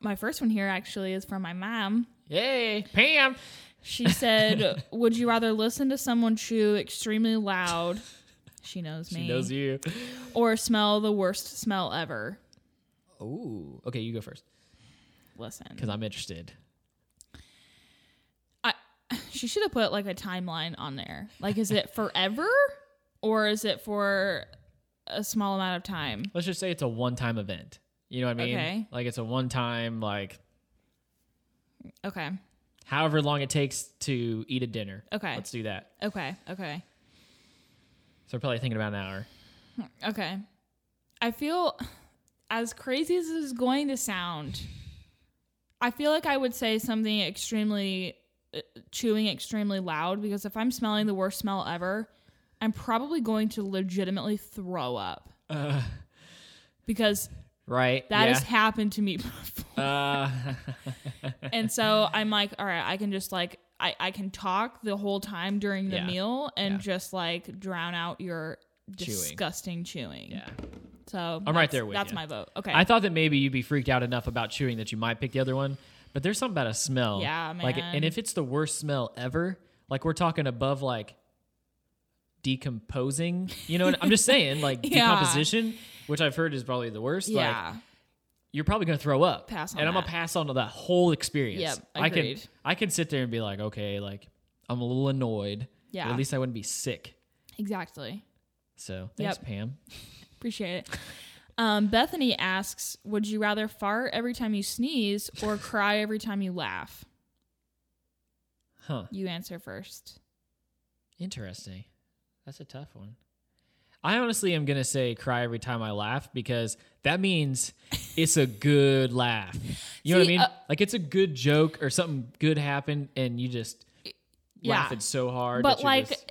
Speaker 2: my first one here actually is from my mom.
Speaker 3: Yay, Pam.
Speaker 2: She
Speaker 3: (laughs)
Speaker 2: said, "Would you rather listen to someone chew extremely loud?" She knows me.
Speaker 3: She knows you.
Speaker 2: Or smell the worst smell ever.
Speaker 3: Oh, okay. You go first
Speaker 2: Listen.
Speaker 3: because I'm interested.
Speaker 2: I, she should have put like a timeline on there. Like, is it forever or is it for a small amount of time?
Speaker 3: Let's just say it's a one-time event. You know what I mean?
Speaker 2: Okay.
Speaker 3: Like it's a one-time like
Speaker 2: Okay.
Speaker 3: however long it takes to eat a dinner.
Speaker 2: Okay.
Speaker 3: Let's do that.
Speaker 2: Okay. Okay.
Speaker 3: So we're probably thinking about an hour.
Speaker 2: Okay. I feel as crazy as this is going to sound, I feel like I would say something extremely uh, chewing extremely loud because if I'm smelling the worst smell ever, I'm probably going to legitimately throw up. because
Speaker 3: Uh, Right.
Speaker 2: that
Speaker 3: yeah.
Speaker 2: has happened to me (laughs) before.
Speaker 3: Uh, (laughs)
Speaker 2: and so I'm like, all right, I can just like I, I can talk the whole time during the
Speaker 3: Yeah.
Speaker 2: meal and
Speaker 3: Yeah.
Speaker 2: just like drown out your
Speaker 3: Chewing.
Speaker 2: disgusting chewing.
Speaker 3: yeah.
Speaker 2: So
Speaker 3: I'm right there with
Speaker 2: That's
Speaker 3: you.
Speaker 2: my vote. Okay.
Speaker 3: I thought that maybe you'd be freaked out enough about chewing that you might pick the other one, but there's something about a smell.
Speaker 2: Yeah,
Speaker 3: Like,
Speaker 2: man.
Speaker 3: and if it's the worst smell ever, like we're talking above like decomposing. You know, what I'm just
Speaker 2: (laughs)
Speaker 3: saying like
Speaker 2: Yeah.
Speaker 3: decomposition, which I've heard is probably the worst. Like,
Speaker 2: yeah.
Speaker 3: you're probably gonna throw up.
Speaker 2: Pass on
Speaker 3: and I'm gonna
Speaker 2: that.
Speaker 3: pass on to that whole experience.
Speaker 2: Yep,
Speaker 3: I can
Speaker 2: agreed.
Speaker 3: I can sit there and be like, okay, like I'm a little annoyed. but
Speaker 2: Yeah.
Speaker 3: At least I wouldn't be sick.
Speaker 2: exactly.
Speaker 3: So thanks,
Speaker 2: Yep.
Speaker 3: Pam.
Speaker 2: Appreciate it. Um, Bethany asks, would you rather fart every time you sneeze or cry every time you laugh?
Speaker 3: Huh.
Speaker 2: You answer first.
Speaker 3: Interesting. That's a tough one. I honestly am gonna say cry every time I laugh because
Speaker 2: (laughs)
Speaker 3: that means it's a good laugh. You know what I
Speaker 2: See,
Speaker 3: mean?
Speaker 2: uh,
Speaker 3: like it's a good joke or something good happened, and you just
Speaker 2: Yeah.
Speaker 3: laugh it so hard. that
Speaker 2: But
Speaker 3: you're
Speaker 2: like
Speaker 3: just-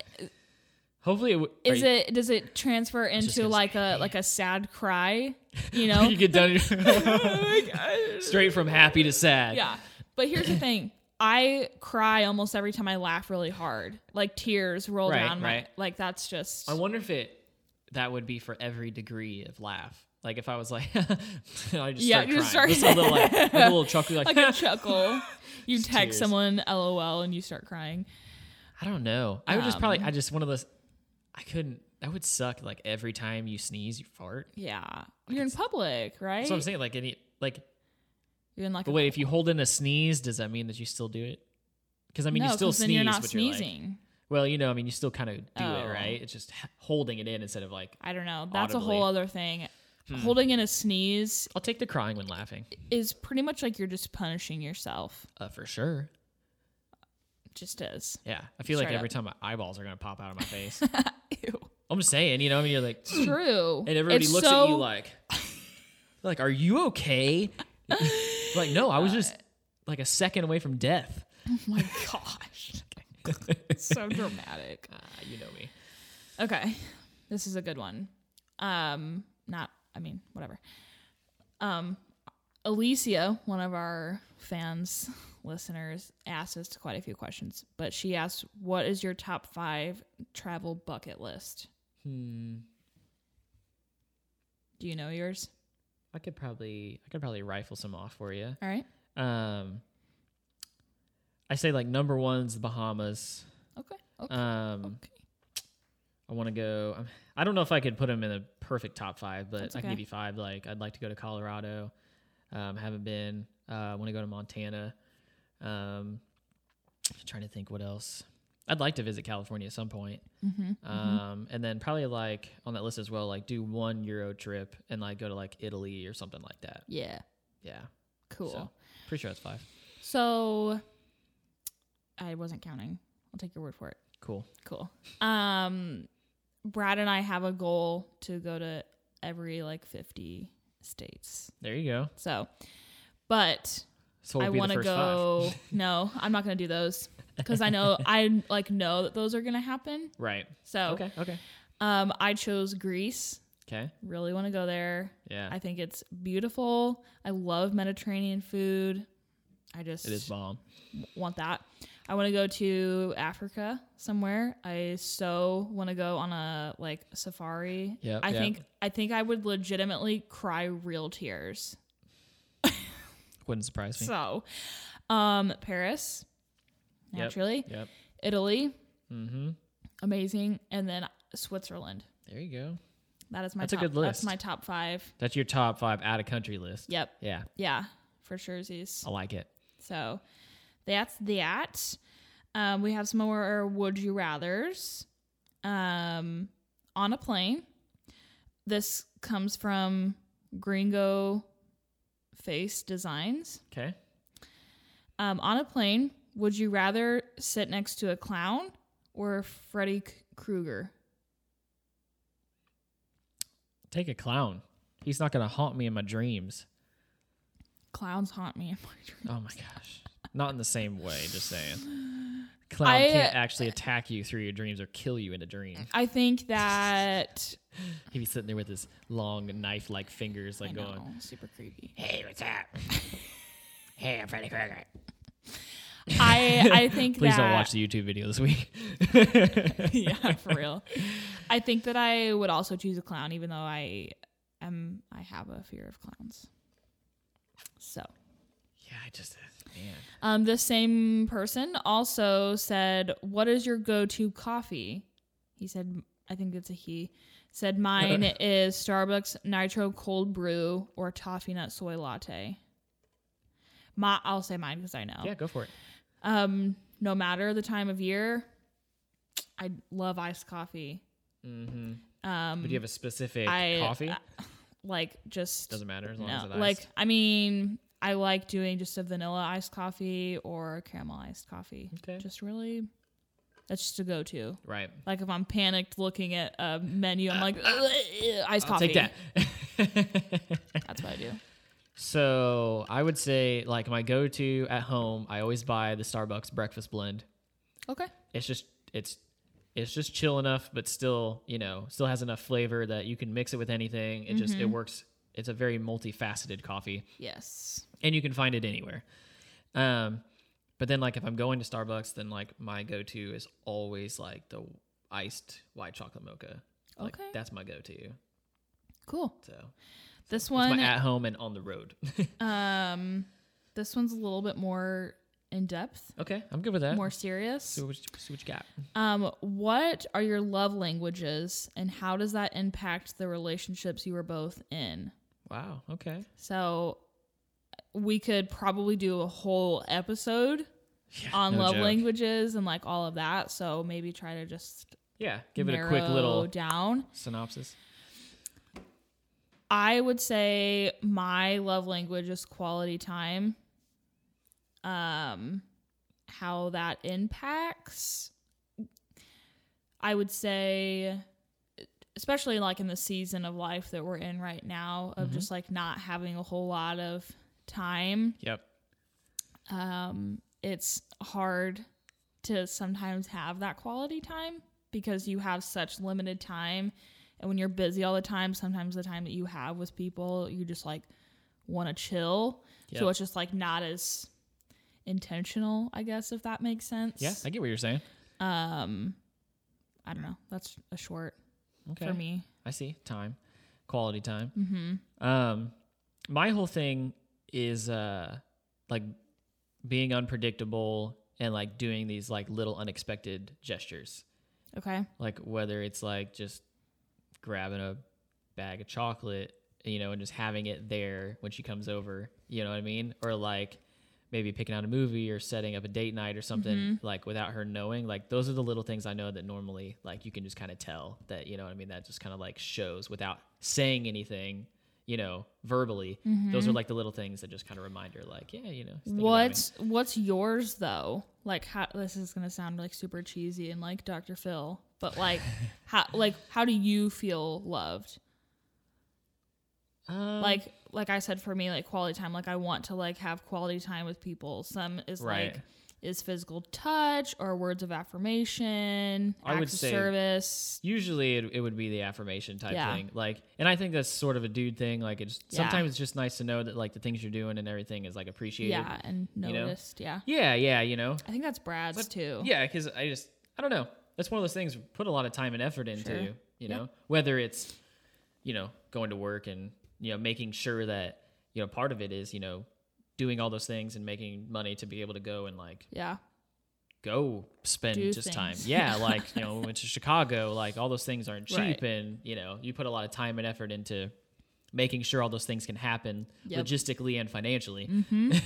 Speaker 3: hopefully, it w- are
Speaker 2: is
Speaker 3: you-
Speaker 2: it does it transfer
Speaker 3: just
Speaker 2: into
Speaker 3: gonna
Speaker 2: like
Speaker 3: say,
Speaker 2: a like a sad
Speaker 3: (laughs)
Speaker 2: cry? You know? Oh
Speaker 3: you
Speaker 2: (laughs)
Speaker 3: get done (laughs) straight from happy to sad.
Speaker 2: yeah. But here's
Speaker 3: (laughs)
Speaker 2: the thing. I cry almost every time I laugh really hard. Like tears roll
Speaker 3: Right,
Speaker 2: down my
Speaker 3: right.
Speaker 2: like that's just
Speaker 3: I wonder if it that would be for every degree of laugh. Like if I was like, (laughs) I just
Speaker 2: Yeah,
Speaker 3: start
Speaker 2: you
Speaker 3: crying.
Speaker 2: just start-
Speaker 3: Just a little
Speaker 2: (laughs)
Speaker 3: like a little chuckle, like,
Speaker 2: like a chuckle. You text
Speaker 3: tears.
Speaker 2: someone LOL and you start crying.
Speaker 3: I don't know. I would just
Speaker 2: Um,
Speaker 3: probably. I just one of those. I couldn't. That would suck. Like every time you sneeze, you fart.
Speaker 2: Yeah. You're in public, right?
Speaker 3: That's what I'm saying. Like any. Like,
Speaker 2: You're in like
Speaker 3: but
Speaker 2: a-
Speaker 3: wait. If you hold in a sneeze, does that mean that you still do it? Because I mean,
Speaker 2: no,
Speaker 3: you still
Speaker 2: 'cause then
Speaker 3: sneeze,
Speaker 2: you're not
Speaker 3: but
Speaker 2: sneezing.
Speaker 3: you're like, well, you know, I mean, you still kind of do
Speaker 2: Oh.
Speaker 3: it, right? It's just h- holding it in instead of like,
Speaker 2: I don't know. That's a whole
Speaker 3: Audibly. Hmm.
Speaker 2: other thing. Holding in a sneeze
Speaker 3: I'll take the crying when laughing,
Speaker 2: is pretty much like you're just punishing yourself.
Speaker 3: uh, for sure.
Speaker 2: Just is.
Speaker 3: Yeah, I feel like
Speaker 2: Straight
Speaker 3: every
Speaker 2: up.
Speaker 3: time my eyeballs are gonna pop out of my face.
Speaker 2: (laughs)
Speaker 3: (laughs)
Speaker 2: Ew.
Speaker 3: I'm just saying, you know, I mean, you're like,
Speaker 2: True.
Speaker 3: and everybody
Speaker 2: It's
Speaker 3: looks
Speaker 2: so-
Speaker 3: at you like, (laughs) like, are you okay? (laughs) like, no, I was just like a second away from death.
Speaker 2: Oh my gosh. so dramatic.
Speaker 3: (laughs) Ah, you know me.
Speaker 2: Okay. (laughs) This is a good one. Um, not I mean, whatever. Um Alicia, one of our fans, (laughs) listeners, asked us quite a few questions, but she asked, What is your top five travel bucket list?
Speaker 3: Hmm.
Speaker 2: Do you know yours?
Speaker 3: I could probably, I could probably rifle some off for you.
Speaker 2: All right.
Speaker 3: Um, I say like number one's the Bahamas.
Speaker 2: Okay. Okay.
Speaker 3: Um,
Speaker 2: okay.
Speaker 3: I want to go. I'm- I don't know if I could put them in a perfect top five, but
Speaker 2: That's
Speaker 3: I can give
Speaker 2: okay.
Speaker 3: you five. Like I'd like to go to Colorado. Um, haven't been. Uh, I want to go to Montana. Um, trying to think what else. I'd like to visit California at some point.
Speaker 2: Mm-hmm.
Speaker 3: Um, and then probably like on that list as well, like do one Euro trip and like go to like Italy or something like that.
Speaker 2: Yeah.
Speaker 3: Yeah.
Speaker 2: Cool.
Speaker 3: So, pretty sure that's five.
Speaker 2: So I wasn't counting. I'll take your word for it.
Speaker 3: Cool.
Speaker 2: Cool. Um Brad and I have a goal to go to every like 50 states.
Speaker 3: There you go.
Speaker 2: So but
Speaker 3: So we'll
Speaker 2: I
Speaker 3: be the
Speaker 2: want to
Speaker 3: first
Speaker 2: go
Speaker 3: five.
Speaker 2: (laughs)
Speaker 3: (laughs)
Speaker 2: No, I'm not going to do those cuz I know I like know that those are going to happen.
Speaker 3: Right.
Speaker 2: So
Speaker 3: Okay. Okay.
Speaker 2: um I chose Greece.
Speaker 3: Okay.
Speaker 2: Really want to go there.
Speaker 3: Yeah.
Speaker 2: I think it's beautiful. I love Mediterranean food. I just
Speaker 3: it is bomb.
Speaker 2: want that. I want to go to Africa somewhere. I so want to go on a like safari.
Speaker 3: Yep,
Speaker 2: I
Speaker 3: yep.
Speaker 2: think I think I would legitimately cry real tears.
Speaker 3: Wouldn't surprise me.
Speaker 2: So, um Paris
Speaker 3: Yep,
Speaker 2: naturally,
Speaker 3: Yep.
Speaker 2: Italy,
Speaker 3: Mm-hmm.
Speaker 2: amazing, and then Switzerland.
Speaker 3: There you go.
Speaker 2: That is my
Speaker 3: That's a
Speaker 2: top,
Speaker 3: good list.
Speaker 2: That's my top 5.
Speaker 3: That's your top five out of country list.
Speaker 2: Yep.
Speaker 3: Yeah.
Speaker 2: Yeah, for sure. Z's.
Speaker 3: I like it.
Speaker 2: So that's that. Um, we have some more would you rather's um, on a plane. This comes from Gringo Face Designs.
Speaker 3: Okay.
Speaker 2: Um, on a plane, would you rather sit next to a clown or Freddy K- Krueger?
Speaker 3: Take a clown. He's not gonna haunt me in my dreams.
Speaker 2: Clowns haunt me in my dreams.
Speaker 3: Oh my gosh. Not in the same way, just saying. (sighs) Clown
Speaker 2: I-
Speaker 3: can't actually attack you through your dreams or kill you in a dream.
Speaker 2: I think that
Speaker 3: He'd be sitting there with his long knife like fingers
Speaker 2: I
Speaker 3: like going,
Speaker 2: know, super creepy.
Speaker 3: Hey,
Speaker 2: (laughs)
Speaker 3: what's up? hey, I'm Freddy Krueger.
Speaker 2: I I think
Speaker 3: (laughs) Please
Speaker 2: that
Speaker 3: don't watch the YouTube video this week.
Speaker 2: (laughs)
Speaker 3: (laughs)
Speaker 2: yeah, for real. I think that I would also choose a clown, even though I am I have a fear of clowns. So,
Speaker 3: yeah, I just uh, man.
Speaker 2: um, this same person also said, "What is your go-to coffee?" He said, "I think it's a he." Said
Speaker 3: (laughs)
Speaker 2: mine is Starbucks Nitro Cold Brew or Toffee Nut Soy Latte. My, I'll say mine because I know.
Speaker 3: Yeah, go for it.
Speaker 2: Um, no matter the time of year, I love iced coffee.
Speaker 3: Mm-hmm.
Speaker 2: Um,
Speaker 3: But do you have a specific
Speaker 2: I-
Speaker 3: coffee?
Speaker 2: uh, like just
Speaker 3: Doesn't matter as long as
Speaker 2: no,
Speaker 3: it's
Speaker 2: like I mean I like doing just a vanilla iced coffee or caramel iced coffee.
Speaker 3: Okay.
Speaker 2: Just really that's just a go to.
Speaker 3: right.
Speaker 2: Like if I'm panicked looking at a menu, I'm like iced coffee.
Speaker 3: Uh, Take that. (laughs)
Speaker 2: That's what I do.
Speaker 3: so I would say like my go-to at home. I always buy the Starbucks breakfast blend.
Speaker 2: Okay.
Speaker 3: It's just it's it's just chill enough, but still you know still has enough flavor that you can mix it with anything. It just it
Speaker 2: Mm-hmm.
Speaker 3: works. It's a very multifaceted coffee.
Speaker 2: Yes.
Speaker 3: and you can find it anywhere. Um, but then like if I'm going to Starbucks, then like my go-to is always like the iced white chocolate mocha. Like
Speaker 2: Okay.
Speaker 3: that's my go-to.
Speaker 2: Cool.
Speaker 3: So
Speaker 2: This
Speaker 3: it's my
Speaker 2: one
Speaker 3: at home and on the road. (laughs)
Speaker 2: um this one's a little bit more in depth,
Speaker 3: okay, I'm good with that.
Speaker 2: more serious.
Speaker 3: See what, you, see what you got.
Speaker 2: Um, what are your love languages and how does that impact the relationships you were both in?
Speaker 3: Wow. Okay.
Speaker 2: So we could probably do a whole episode
Speaker 3: Yeah,
Speaker 2: on
Speaker 3: no
Speaker 2: love
Speaker 3: joke.
Speaker 2: languages and like all of that. So maybe try to just
Speaker 3: Yeah. Give it a quick
Speaker 2: narrow
Speaker 3: little
Speaker 2: down.
Speaker 3: synopsis.
Speaker 2: I would say my love language is quality time. Um how that impacts I would say especially like in the season of life that we're in right now
Speaker 3: Mm-hmm.
Speaker 2: of just like not having a whole lot of time
Speaker 3: Yep.
Speaker 2: um, it's hard to sometimes have that quality time because you have such limited time and when you're busy all the time sometimes the time that you have with people you just like want to chill so
Speaker 3: Yep.
Speaker 2: it's just like not as intentional i guess if that makes sense
Speaker 3: Yeah, I get what you're saying.
Speaker 2: um i don't know that's a short
Speaker 3: Okay.
Speaker 2: for me
Speaker 3: I see. Time. Quality time. Mm-hmm. Um, my whole thing is uh like being unpredictable and like doing these like little unexpected gestures.
Speaker 2: Okay.
Speaker 3: like whether it's like just grabbing a bag of chocolate you know and just having it there when she comes over you know what i mean or like maybe picking out a movie or setting up a date night or something like without her knowing like those are the little things i know that normally like you can just kind of tell that you know what i mean that just kind of like shows without saying anything you know verbally those are like the little things that just kind of remind her like yeah you know he's thinking about me.
Speaker 2: What's what's yours though? Like how this is gonna sound like super cheesy and like Dr. Phil, but
Speaker 3: (laughs)
Speaker 2: like how like how do you feel loved?
Speaker 3: Um,
Speaker 2: Like like I said for me, like quality time. Like I want to like have quality time with people. Some is
Speaker 3: Right.
Speaker 2: like is physical touch or words of affirmation,
Speaker 3: I would
Speaker 2: acts of
Speaker 3: say-
Speaker 2: service.
Speaker 3: usually it, it would be the affirmation type
Speaker 2: Yeah.
Speaker 3: thing like and i think that's sort of a dude thing like it's
Speaker 2: Yeah.
Speaker 3: sometimes it's just nice to know that like the things you're doing and everything is like appreciated
Speaker 2: Yeah, and
Speaker 3: you know?
Speaker 2: noticed. Yeah.
Speaker 3: yeah yeah you know
Speaker 2: I think that's Brad's too.
Speaker 3: yeah because i just i don't know that's one of those things we put a lot of time and effort into
Speaker 2: Sure.
Speaker 3: you know whether it's you know going to work and you know making sure that you know part of it is you know doing all those things and making money to be able to go and like
Speaker 2: Yeah.
Speaker 3: go spend
Speaker 2: Do
Speaker 3: just time.
Speaker 2: things. (laughs)
Speaker 3: Yeah, like you know, we went to Chicago. Like all those things aren't cheap,
Speaker 2: Right.
Speaker 3: and you know, you put a lot of time and effort into making sure all those things can happen
Speaker 2: Yep. Mm-hmm.
Speaker 3: logistically and financially.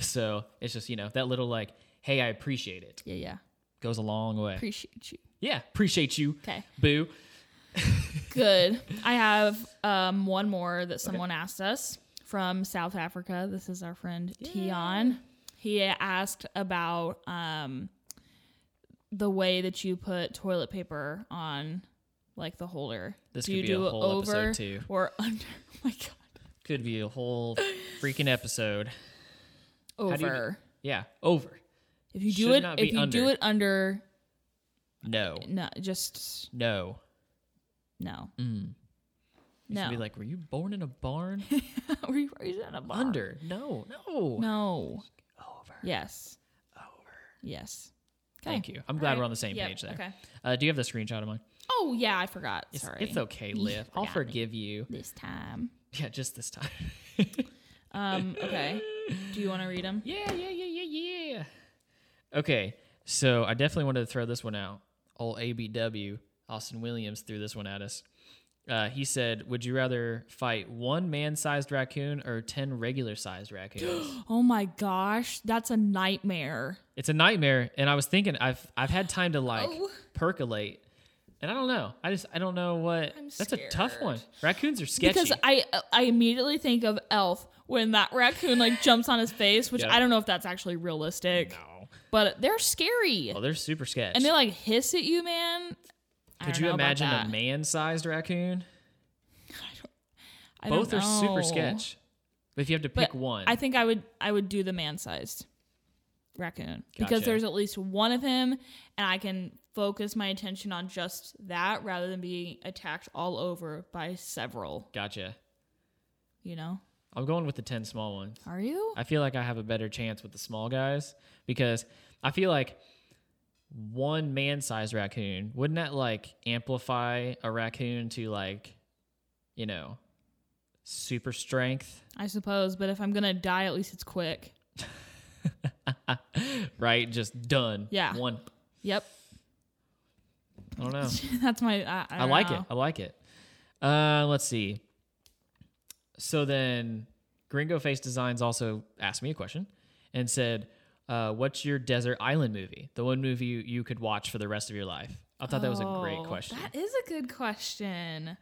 Speaker 3: (laughs) so it's just you know that little like, hey, I appreciate it
Speaker 2: Yeah, yeah.
Speaker 3: goes a long way.
Speaker 2: Appreciate you.
Speaker 3: yeah, appreciate you.
Speaker 2: 'Kay.
Speaker 3: boo.
Speaker 2: Good. (laughs) I have um, one more that someone asked us from South Africa. This is our friend Tion. He asked about um, the way that you put toilet paper on, like the holder.
Speaker 3: This
Speaker 2: do
Speaker 3: could
Speaker 2: you
Speaker 3: be a
Speaker 2: do it
Speaker 3: whole episode,
Speaker 2: over
Speaker 3: too.
Speaker 2: or (laughs) under? Oh my god,
Speaker 3: Could be a whole freaking episode.
Speaker 2: over.
Speaker 3: do you do- Yeah, over.
Speaker 2: if you do
Speaker 3: Should
Speaker 2: it,
Speaker 3: not be
Speaker 2: if you do
Speaker 3: under.
Speaker 2: it under,
Speaker 3: No,
Speaker 2: no, just
Speaker 3: no.
Speaker 2: no,
Speaker 3: Mm. You should
Speaker 2: no.
Speaker 3: be like, were you born in a barn?
Speaker 2: (laughs) Were you raised in a bar?
Speaker 3: Under. No, no.
Speaker 2: No.
Speaker 3: Over.
Speaker 2: Yes. Over. Yes.
Speaker 3: Thank you. I'm glad
Speaker 2: Alright.
Speaker 3: we're on the same
Speaker 2: Yep,
Speaker 3: page there.
Speaker 2: Okay.
Speaker 3: Uh, do you have the screenshot of mine?
Speaker 2: Oh yeah, I forgot.
Speaker 3: It's,
Speaker 2: Sorry.
Speaker 3: it's okay,
Speaker 2: You
Speaker 3: Liv.
Speaker 2: forgot
Speaker 3: I'll
Speaker 2: me.
Speaker 3: forgive you. (laughs)
Speaker 2: This time.
Speaker 3: Yeah, just this time. (laughs)
Speaker 2: Um. Okay. Do you want to
Speaker 3: (laughs)
Speaker 2: read them?
Speaker 3: yeah, yeah, yeah, yeah, yeah. Okay, so I definitely wanted to throw this one out. Old ABW, Austin Williams, threw this one at us. Uh, he said, Would you rather fight one man sized raccoon or 10 regular
Speaker 2: (gasps)
Speaker 3: sized raccoons?
Speaker 2: Oh my gosh, that's a nightmare.
Speaker 3: it's a nightmare. And I was thinking, I've, I've had time to like
Speaker 2: Oh.
Speaker 3: percolate. And I don't know. I just, I don't know what.
Speaker 2: I'm
Speaker 3: that's a tough one.
Speaker 2: scared.
Speaker 3: Raccoons are sketchy.
Speaker 2: Because I I immediately think of Elf when that raccoon like jumps on his face, which
Speaker 3: Yeah.
Speaker 2: I don't know if that's actually realistic,
Speaker 3: no.
Speaker 2: but they're scary
Speaker 3: Well, Oh, they're super sketch.
Speaker 2: and they like hiss at you, man. I
Speaker 3: Could
Speaker 2: don't
Speaker 3: you
Speaker 2: know about
Speaker 3: imagine a
Speaker 2: that.
Speaker 3: man-sized raccoon?
Speaker 2: I don't
Speaker 3: Both are super
Speaker 2: know.
Speaker 3: sketch. But if you have to
Speaker 2: But
Speaker 3: pick one,
Speaker 2: I think I would I would do the man sized raccoon because
Speaker 3: Gotcha.
Speaker 2: there's at least one of him, and I can focus my attention on just that rather than being attacked all over by several.
Speaker 3: gotcha.
Speaker 2: You know?
Speaker 3: I'm going with the ten small ones.
Speaker 2: Are you?
Speaker 3: I feel like I have a better chance with the small guys because I feel like one man-sized raccoon wouldn't that like amplify a raccoon to like, you know, super strength,
Speaker 2: I suppose, but if I'm gonna die, at least it's quick.
Speaker 3: right? Just done.
Speaker 2: Yeah.
Speaker 3: One.
Speaker 2: Yep,
Speaker 3: I don't know.
Speaker 2: (laughs) that's my. I, I,
Speaker 3: Oh. I
Speaker 2: don't
Speaker 3: like
Speaker 2: know.
Speaker 3: it. I like it. Uh, let's see. So then, Gringo Face Designs also asked me a question and said, uh, "What's your desert island movie? The one movie you, you could watch for the rest of your life?" I thought that was a great
Speaker 2: Oh,
Speaker 3: question.
Speaker 2: That is a good question.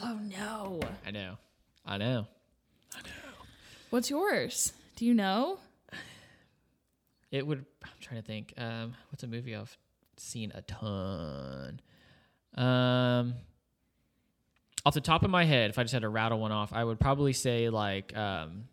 Speaker 2: Oh no!
Speaker 3: I know. I know.
Speaker 2: What's yours? Do you know?
Speaker 3: It would. I'm trying to think. Um, what's a movie I've seen a ton? Um, off the top of my head, if I just had to rattle one off, I would probably say like, um,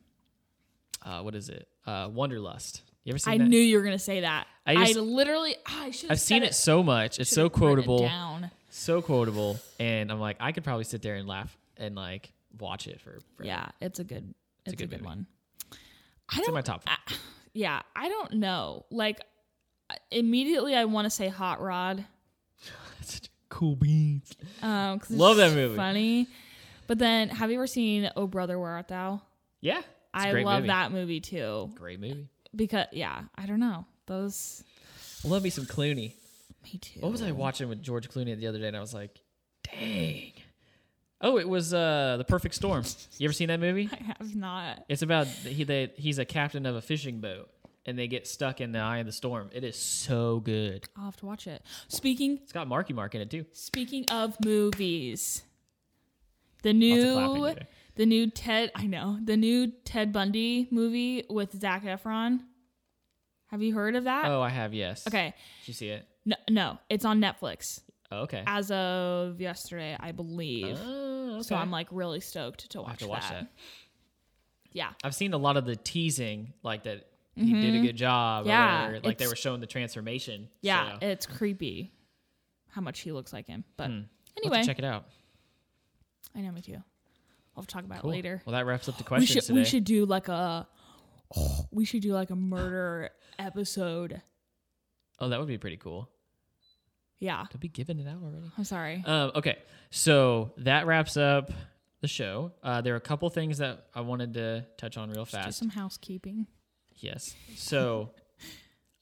Speaker 3: uh, what is it? Uh, Wonderlust. You ever seen
Speaker 2: I
Speaker 3: that?
Speaker 2: knew you were gonna say that.
Speaker 3: I
Speaker 2: I,
Speaker 3: just-
Speaker 2: literally. ah, I should.
Speaker 3: I've seen it so much. It's so quotable,
Speaker 2: Down.
Speaker 3: so quotable, and I'm like, I could probably sit there and laugh and like watch it for. for
Speaker 2: Yeah, it's a good. It's, a
Speaker 3: good
Speaker 2: good,
Speaker 3: movie.
Speaker 2: one. I
Speaker 3: It's in
Speaker 2: don't.
Speaker 3: my top. Five.
Speaker 2: yeah, I don't know. Like I- immediately, I want to say Hot Rod.
Speaker 3: cool beans.
Speaker 2: Um, 'cause it's
Speaker 3: Love that
Speaker 2: just
Speaker 3: movie.
Speaker 2: Funny. But then, have you ever seen Oh Brother Where Art Thou?
Speaker 3: Yeah, it's a
Speaker 2: I
Speaker 3: great
Speaker 2: love
Speaker 3: movie.
Speaker 2: that movie too.
Speaker 3: Great movie.
Speaker 2: Because yeah, I don't know those
Speaker 3: I love me some Clooney.
Speaker 2: Me too.
Speaker 3: What was I watching with George Clooney the other day? And I was like, dang. Oh, it was uh, the Perfect Storm. You ever seen
Speaker 2: (laughs)
Speaker 3: that movie?
Speaker 2: (laughs) I have not.
Speaker 3: It's about he they, he's a captain of a fishing boat, and they get stuck in the eye of the storm. It is so good.
Speaker 2: I'll have to watch it. Speaking
Speaker 3: It's got Marky Mark in it too.
Speaker 2: speaking of movies, the
Speaker 3: clapping
Speaker 2: new
Speaker 3: today.
Speaker 2: the new Ted I know the new Ted Bundy movie with Zach Efron. Have you heard of that?
Speaker 3: Oh, I have yes.
Speaker 2: Okay,
Speaker 3: Did you see it?
Speaker 2: no, no, it's on Netflix
Speaker 3: Oh, okay.
Speaker 2: as of yesterday, I believe.
Speaker 3: Oh,
Speaker 2: So
Speaker 3: okay.
Speaker 2: I'm like really stoked to watch,
Speaker 3: I have to watch that.
Speaker 2: Yeah.
Speaker 3: I've seen a lot of the teasing, like that he did a good job.
Speaker 2: Mm-hmm.
Speaker 3: or
Speaker 2: Yeah,
Speaker 3: whatever, like they
Speaker 2: it's-
Speaker 3: were showing the transformation.
Speaker 2: Yeah,
Speaker 3: so-
Speaker 2: it's creepy how much he looks like him. But
Speaker 3: I'll have
Speaker 2: anyway,
Speaker 3: to check it out.
Speaker 2: I know me too. I'll talk about
Speaker 3: Cool.
Speaker 2: it later.
Speaker 3: Well, that wraps up the
Speaker 2: we
Speaker 3: questions
Speaker 2: should
Speaker 3: today.
Speaker 2: we should do like a we should do like a murder episode.
Speaker 3: Oh, that would be pretty cool.
Speaker 2: Yeah.
Speaker 3: Could be giving it out already.
Speaker 2: I'm sorry.
Speaker 3: Um, okay, so that wraps up the show. Uh, there are a couple things that I wanted to touch on real
Speaker 2: do
Speaker 3: fast.
Speaker 2: some housekeeping.
Speaker 3: Yes. So,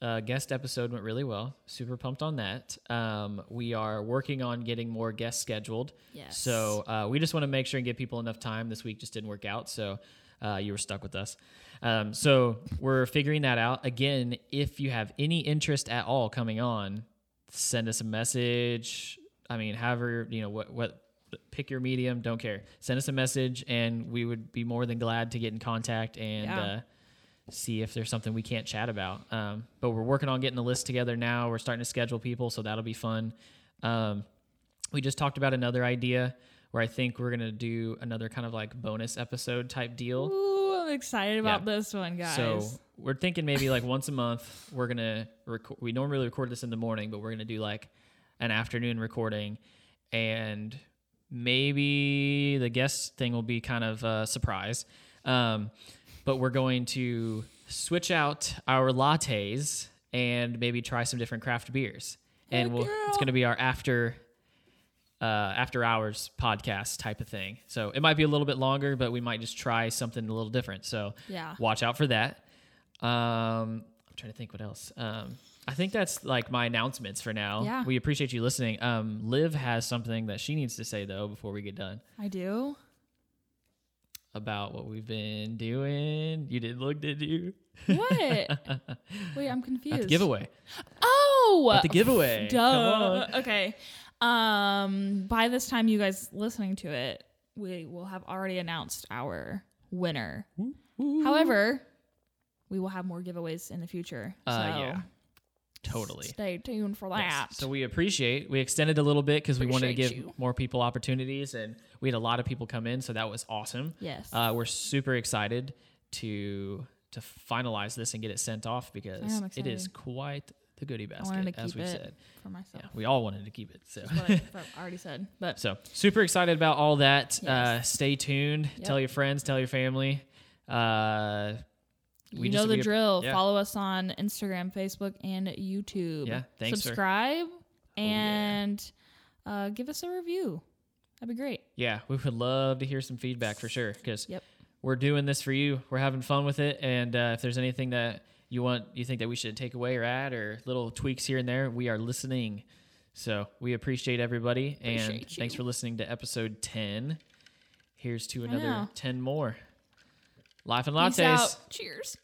Speaker 3: uh, guest episode went really well. Super pumped on that. Um, we are working on getting more guests scheduled.
Speaker 2: Yes.
Speaker 3: So uh, we just want to make sure and give people enough time. This week just didn't work out, so uh, you were stuck with us. Um, so we're figuring that out. Again, if you have any interest at all coming on, send us a message. I mean, however, you know what what pick your medium. Don't care. Send us a message, and we would be more than glad to get in contact and.
Speaker 2: Yeah.
Speaker 3: Uh, see if there's something we can't chat about. Um, but we're working on getting the list together now. We're starting to schedule people, so that'll be fun. Um, we just talked about another idea where I think we're gonna do another kind of like bonus episode type deal.
Speaker 2: Ooh, I'm excited about
Speaker 3: Yeah.
Speaker 2: this one, guys.
Speaker 3: So we're thinking maybe like once a month we're gonna record. We normally record this in the morning, but we're gonna do like an afternoon recording, and maybe the guest thing will be kind of a surprise. Um, but we're going to switch out our lattes and maybe try some different craft beers, and we'll, it's gonna be our after. Uh, after hours podcast type of thing. So it might be a little bit longer, but we might just try something a little different. So
Speaker 2: Yeah.
Speaker 3: watch out for that. Um, I'm trying to think what else. Um, I think that's like my announcements for now.
Speaker 2: Yeah.
Speaker 3: We appreciate you listening. Um, Liv has something that she needs to say though before we get done
Speaker 2: I
Speaker 3: (laughs)
Speaker 2: do.
Speaker 3: about what we've been doing. You didn't look, did you?
Speaker 2: What? Wait, I'm
Speaker 3: At
Speaker 2: confused.
Speaker 3: the giveaway.
Speaker 2: Oh,
Speaker 3: At the giveaway.
Speaker 2: Duh.
Speaker 3: Come on.
Speaker 2: Okay. Um, by this time, you guys listening to it, we will have already announced our winner. However, we will have more giveaways in the future. So
Speaker 3: Uh, yeah. Totally.
Speaker 2: Stay tuned for
Speaker 3: Yes.
Speaker 2: that.
Speaker 3: So we appreciate. We extended a little bit because we wanted to give
Speaker 2: Appreciate you.
Speaker 3: more people opportunities, and we had a lot of people come in, so that was awesome.
Speaker 2: Yes.
Speaker 3: uh, we're super excited to to finalize this and get it sent off because
Speaker 2: I'm
Speaker 3: it is
Speaker 2: excited.
Speaker 3: quite the goodie basket,
Speaker 2: wanted to
Speaker 3: as
Speaker 2: keep
Speaker 3: we
Speaker 2: it.
Speaker 3: said.
Speaker 2: for myself.
Speaker 3: We all wanted to keep it. So.
Speaker 2: What I what I (laughs) already said, but
Speaker 3: So super excited about all that. Uh,
Speaker 2: Yes.
Speaker 3: stay tuned.
Speaker 2: Yep.
Speaker 3: Tell your friends. Tell your family. Uh, we
Speaker 2: you
Speaker 3: just-
Speaker 2: know the
Speaker 3: we-
Speaker 2: drill.
Speaker 3: yeah.
Speaker 2: Follow us on Instagram, Facebook, and YouTube.
Speaker 3: Yeah, thanks for-
Speaker 2: Subscribe
Speaker 3: yeah.
Speaker 2: and uh, give us a review. That'd be great.
Speaker 3: Yeah, we would love to hear some feedback for sure because
Speaker 2: Yep.
Speaker 3: we're doing this for you. We're having fun with it, and uh, if there's anything that you want, you think that we should take away or add, or little tweaks here and there, we are listening. So we appreciate everybody, and
Speaker 2: Appreciate
Speaker 3: thanks
Speaker 2: you.
Speaker 3: for listening to episode ten. Here's to
Speaker 2: know.
Speaker 3: another ten more. Life and
Speaker 2: Peace
Speaker 3: lattes.
Speaker 2: out. Cheers.